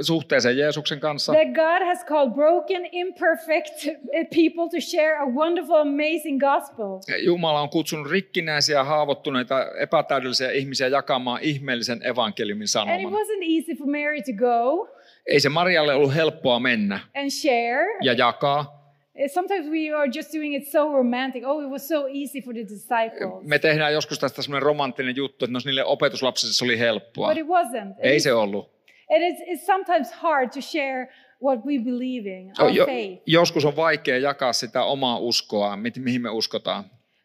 B: suhteeseen Jeesuksen kanssa.
A: that God has called broken, imperfect eh, people to share a wonderful, amazing gospel.
B: Jumala on kutsunut rikkinäisiä, haavoittuneita, epätäydellisiä ihmisiä jakamaan ihmeellisen evankeliumin
A: And it
B: sanoman.
A: wasn't easy for Mary to go
B: Ei se Marjalle ollut helppoa mennä
A: and share.
B: ja jakaa.
A: Eh, Sometimes we are just doing it so romantic. Oh, it was so easy for the disciples.
B: Me tehdään joskus tästä semmoinen romanttinen juttu, että no niille opetuslapsille se oli helppoa.
A: But it wasn't.
B: Ei
A: It is,
B: se ollut.
A: it is it's sometimes hard to share what we believe in, our
B: Jo,
A: faith.
B: joskus on vaikea jakaa sitä omaa uskoa, mit- mihin me uskotaan.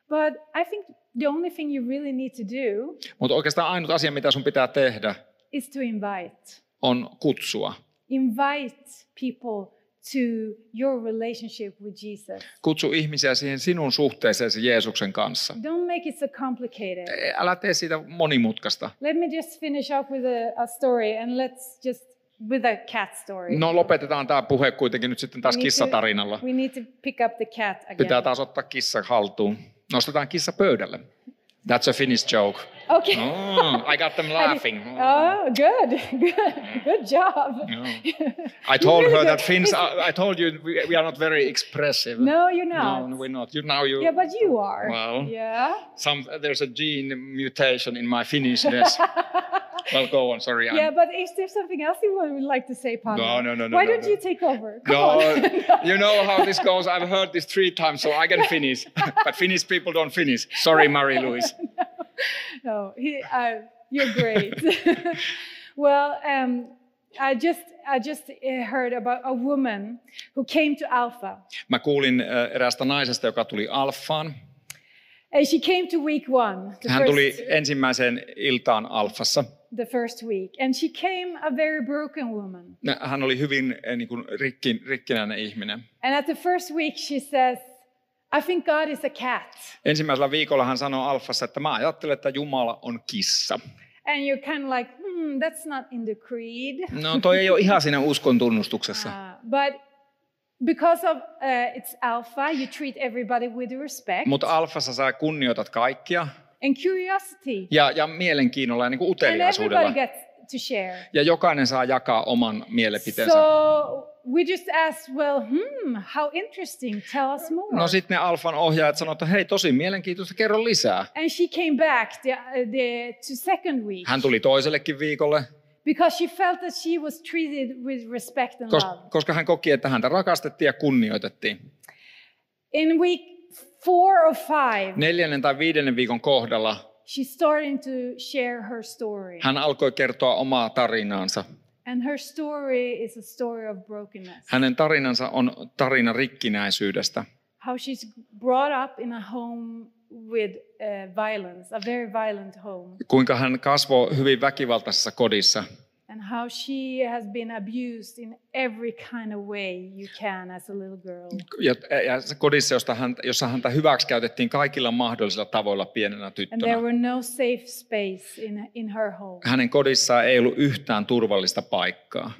A: But I think the only thing you really need to do
B: Mutta oikeastaan ainut asia, mitä sun pitää tehdä,
A: is to invite.
B: on kutsua.
A: Invite people to your relationship with Jesus.
B: Kutsu ihmisiä siihen sinun suhteeseesi Jeesuksen kanssa.
A: Don't make it so complicated.
B: Ei- Älä tee siitä monimutkaista.
A: Let me just finish up with a, a story and let's just with a cat story.
B: No lopetetaan tämä puhe kuitenkin nyt sitten taas
A: We need to-
B: kissatarinalla.
A: We need to pick up the cat again.
B: Pitää taas ottaa kissa haltuun. Nostetaan kissa pöydälle. That's a Finnish joke.
A: Okay.
B: Oh, I got them laughing.
A: Oh, good, good, good job.
B: No. I told
A: really
B: her
A: good.
B: that Finns, are- I told you we we are not very expressive.
A: No, you're
B: No,
A: not.
B: we're not. You now you
A: yeah, but you are.
B: Well.
A: Yeah.
B: some there's a gene mutation in my Finnishness. well, go on. Sorry. I'm-
A: Yeah, but is there something else you would like to say, Pano?
B: No, no, no, no,
A: Why
B: no,
A: don't
B: no.
A: you take over? Come
B: No, uh,
A: on.
B: you know how this goes. I've heard this three times, so I can finish. but Finnish people don't finish. Sorry, Marie Louise.
A: no, he, uh, you're great. well, um, I just I just uh, heard about a woman who came to Alpha.
B: Mä kuulin äh, eräästä naisesta, joka tuli Alfaan.
A: And she came to week one, the
B: Hän tuli
A: first,
B: ensimmäiseen iltaan Alfassa.
A: the first week, and she came a very broken woman.
B: Nä- Hän oli hyvin äh, niin kuin, rikki, rikkinäinen ihminen.
A: And at the first week, she says, "I think God is a cat."
B: Ensimmäisellä viikolla hän sanoi Alfassa, että mä ajattelen, että Jumala on kissa.
A: And you're kind of like, "Hmm, that's not in the creed."
B: No toi ei ole ihan siinä uskon tunnustuksessa.
A: Uh, but because of uh, it's alpha, you treat everybody with respect
B: Mutta Alfassa sä kunnioitat kaikkia
A: and curiosity,
B: ja, ja mielenkiinnolla ja niin kuin
A: and everybody
B: uteliaisuudella.
A: gets to share.
B: Ja jokainen saa jakaa oman mielipiteensä.
A: So we just asked, well, hmm, how interesting. Tell us more.
B: No sitten ne Alfan ohjaajat sanoivat, että hei tosi mielenkiintoista, kerro lisää.
A: and she came back the, uh, the to second week
B: Hän tuli toisellekin viikolle,
A: because she felt that she was treated with respect and
B: kos-
A: love.
B: koska hän koki, että häntä rakastettiin ja kunnioitettiin.
A: In week four or five,
B: Neljännen tai viidennen viikon kohdalla
A: she started to share her story.
B: hän alkoi kertoa omaa tarinaansa.
A: and her story is a story of brokenness.
B: Hänen tarinansa on tarina rikkinäisyydestä.
A: how she's brought up in a home with uh, violence, a very violent home,
B: Kuinka hän kasvoi hyvin väkivaltaisessa kodissa.
A: and how she has been abused in every kind of way you can as a little girl.
B: Ja, ja se kodissa, josta häntä, jossa häntä hyväksikäytettiin kaikilla mahdollisilla tavoilla pienenä
A: And there
B: tyttönä.
A: were no safe space in, in her home.
B: Hänen kodissaan ei ollut yhtään turvallista paikkaa.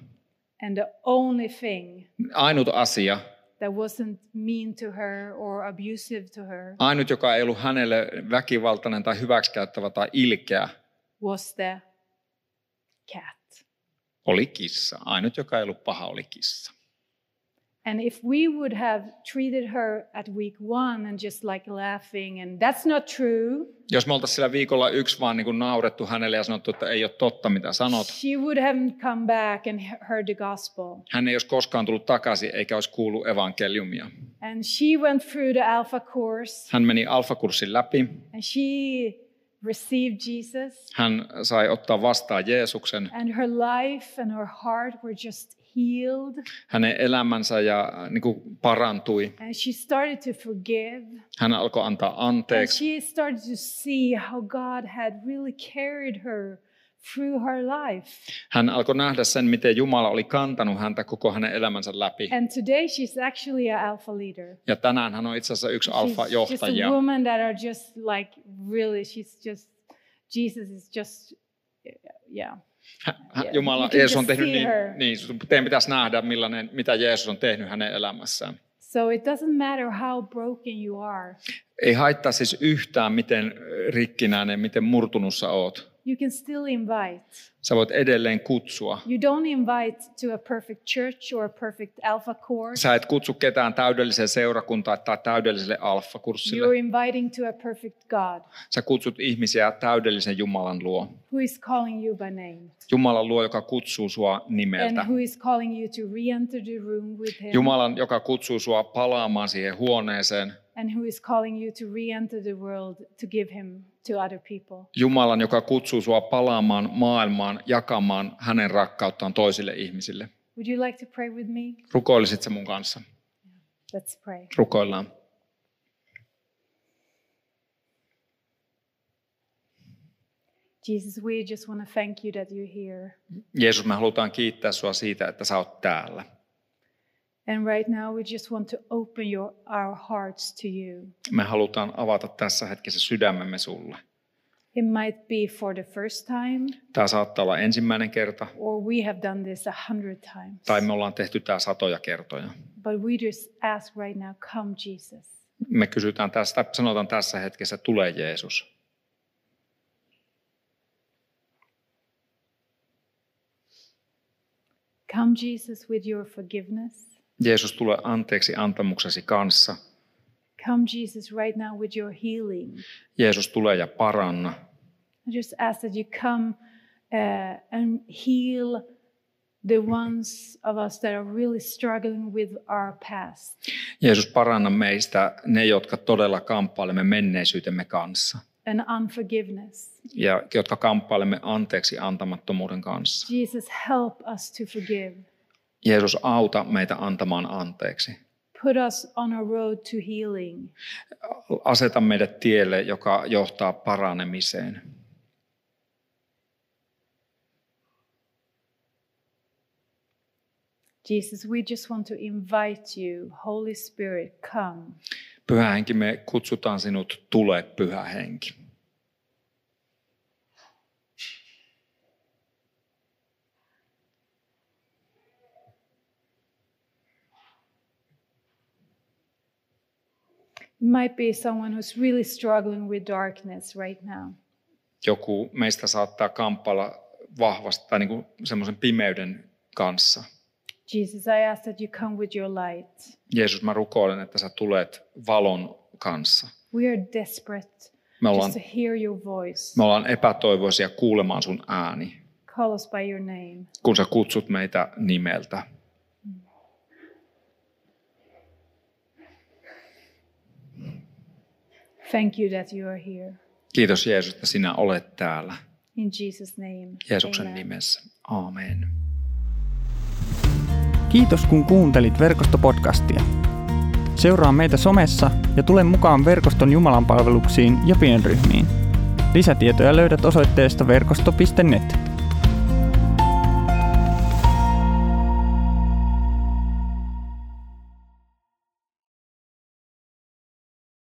A: And the only thing
B: Ainut asia,
A: that wasn't mean to her or abusive to her
B: ainut joka ei ollut hänelle väkivaltainen tai hyväksikäyttävä tai ilkeä,
A: was the cat.
B: oli kissa. Ainut, joka ei ollut paha, oli kissa.
A: And if we would have treated her at week one and just like laughing, and that's not true,
B: Jos me oltaisiin sillä viikolla yksi vaan niin kuin naurettu hänelle ja sanottu, että ei ole totta, mitä sanot,
A: She would haven't come back and he- heard the gospel.
B: hän ei olisi koskaan tullut takaisin eikä olisi kuullut evankeliumia.
A: And she went through the Alpha course
B: Hän meni alfakurssin läpi,
A: and she received Jesus.
B: hän sai ottaa vastaan Jeesuksen,
A: And her life and her heart were just healed.
B: hänen elämänsä ja niin kuin parantui.
A: And she started to forgive.
B: Hän alkoi antaa
A: And
B: anteeksi.
A: she started to see how God had really carried her through her life.
B: Hän alkoi nähdä sen, miten Jumala oli kantanut häntä koko hänen elämänsä läpi.
A: And today she's actually an Alpha leader.
B: Ja tänään hän on itse asiassa yksi
A: Siis- She's just a
B: alfa-johtajia.
A: woman that are just like really, she's just, Jesus is just, eh, yeah.
B: Hä- hä-
A: Yeah. You
B: Jumala,
A: can
B: Jeesus on
A: just
B: tehnyt
A: see
B: niin,
A: her.
B: niin sun- teidän pitäisi nähdä, millainen, mitä Jeesus on tehnyt hänen elämässään.
A: So it doesn't matter how broken you are,
B: Ei haittaa siis yhtään, miten rikkinäinen, miten murtunut sä oot.
A: you can still invite.
B: Sä voit edelleen kutsua.
A: You don't invite to a perfect church or a perfect alpha course.
B: Sä et kutsu ketään täydelliseen seurakuntaan tai täydelliselle
A: You're
B: alfakurssille.
A: inviting to a perfect God
B: Sä kutsut ihmisiä täydellisen Jumalan luo.
A: who is calling you by name
B: Jumalan luo, joka kutsuu sua
A: and
B: nimeltä.
A: who is calling you to re enter the room with Him
B: Jumalan, joka kutsuu sua palaamaan siihen huoneeseen.
A: and who is calling you to re enter the world to give Him to other people.
B: Jumalan, joka kutsuu sua palaamaan maailmaan, jakamaan hänen rakkauttaan toisille ihmisille.
A: Would you like to pray with me?
B: Rukoilisit sä mun kanssa?
A: Let's pray.
B: Rukoillaan.
A: Jesus, we just want to thank you that you're here.
B: Jeesus, me halutaan kiittää sua siitä, että sä oot täällä.
A: And right now, we just want to open your, our hearts to you.
B: Me halutaan avata tässä hetkessä sydämemme sulle.
A: It might be for the first time,
B: Tämä saattaa olla ensimmäinen kerta,
A: or we have done this a hundred times.
B: tai me ollaan tehty tämä satoja kertoja.
A: But we just ask right now, come, Jesus.
B: Me kysytään tästä, sanotaan tässä hetkessä, tulee Jeesus.
A: Come, Jesus, with your forgiveness.
B: Jeesus tulee anteeksi antamuksesi kanssa.
A: Come, Jesus, right now with your healing.
B: Jeesus tulee ja paranna.
A: I just ask that you come uh, and heal the ones of us that are really struggling with our past.
B: Jeesus paranna meistä ne, jotka todella kamppailemme menneisyytemme kanssa.
A: and unforgiveness.
B: Ja jotka kamppailemme anteeksi antamattomuuden kanssa.
A: Jesus, help us to forgive.
B: Jeesus, auta meitä antamaan anteeksi.
A: Put us on a road to healing.
B: Aseta meidät tielle, joka johtaa paranemiseen.
A: Jesus, we just want to invite you, Holy Spirit, come.
B: Pyhä henki, me kutsutaan sinut, tule pyhä henki.
A: It might be someone who's really struggling with darkness right now.
B: Joku meistä saattaa kamppailla vahvasti tai niin semmoisen pimeyden kanssa.
A: Jesus, I ask that you come with your light.
B: Jeesus, mä rukoilen, että sä tulet valon kanssa.
A: We are desperate
B: Me ollaan,
A: just to hear your voice.
B: me ollaan epätoivoisia kuulemaan sun ääni,
A: Call us by your name.
B: kun sä kutsut meitä nimeltä.
A: Thank you that you are here.
B: Kiitos Jeesus, että sinä olet täällä.
A: In Jesus' name.
B: Jeesuksen
A: amen.
B: nimessä. Aamen.
C: Kiitos kun kuuntelit verkostopodcastia. Seuraa meitä somessa ja tule mukaan verkoston jumalanpalveluksiin ja pienryhmiin. Lisätietoja löydät osoitteesta verkosto.net.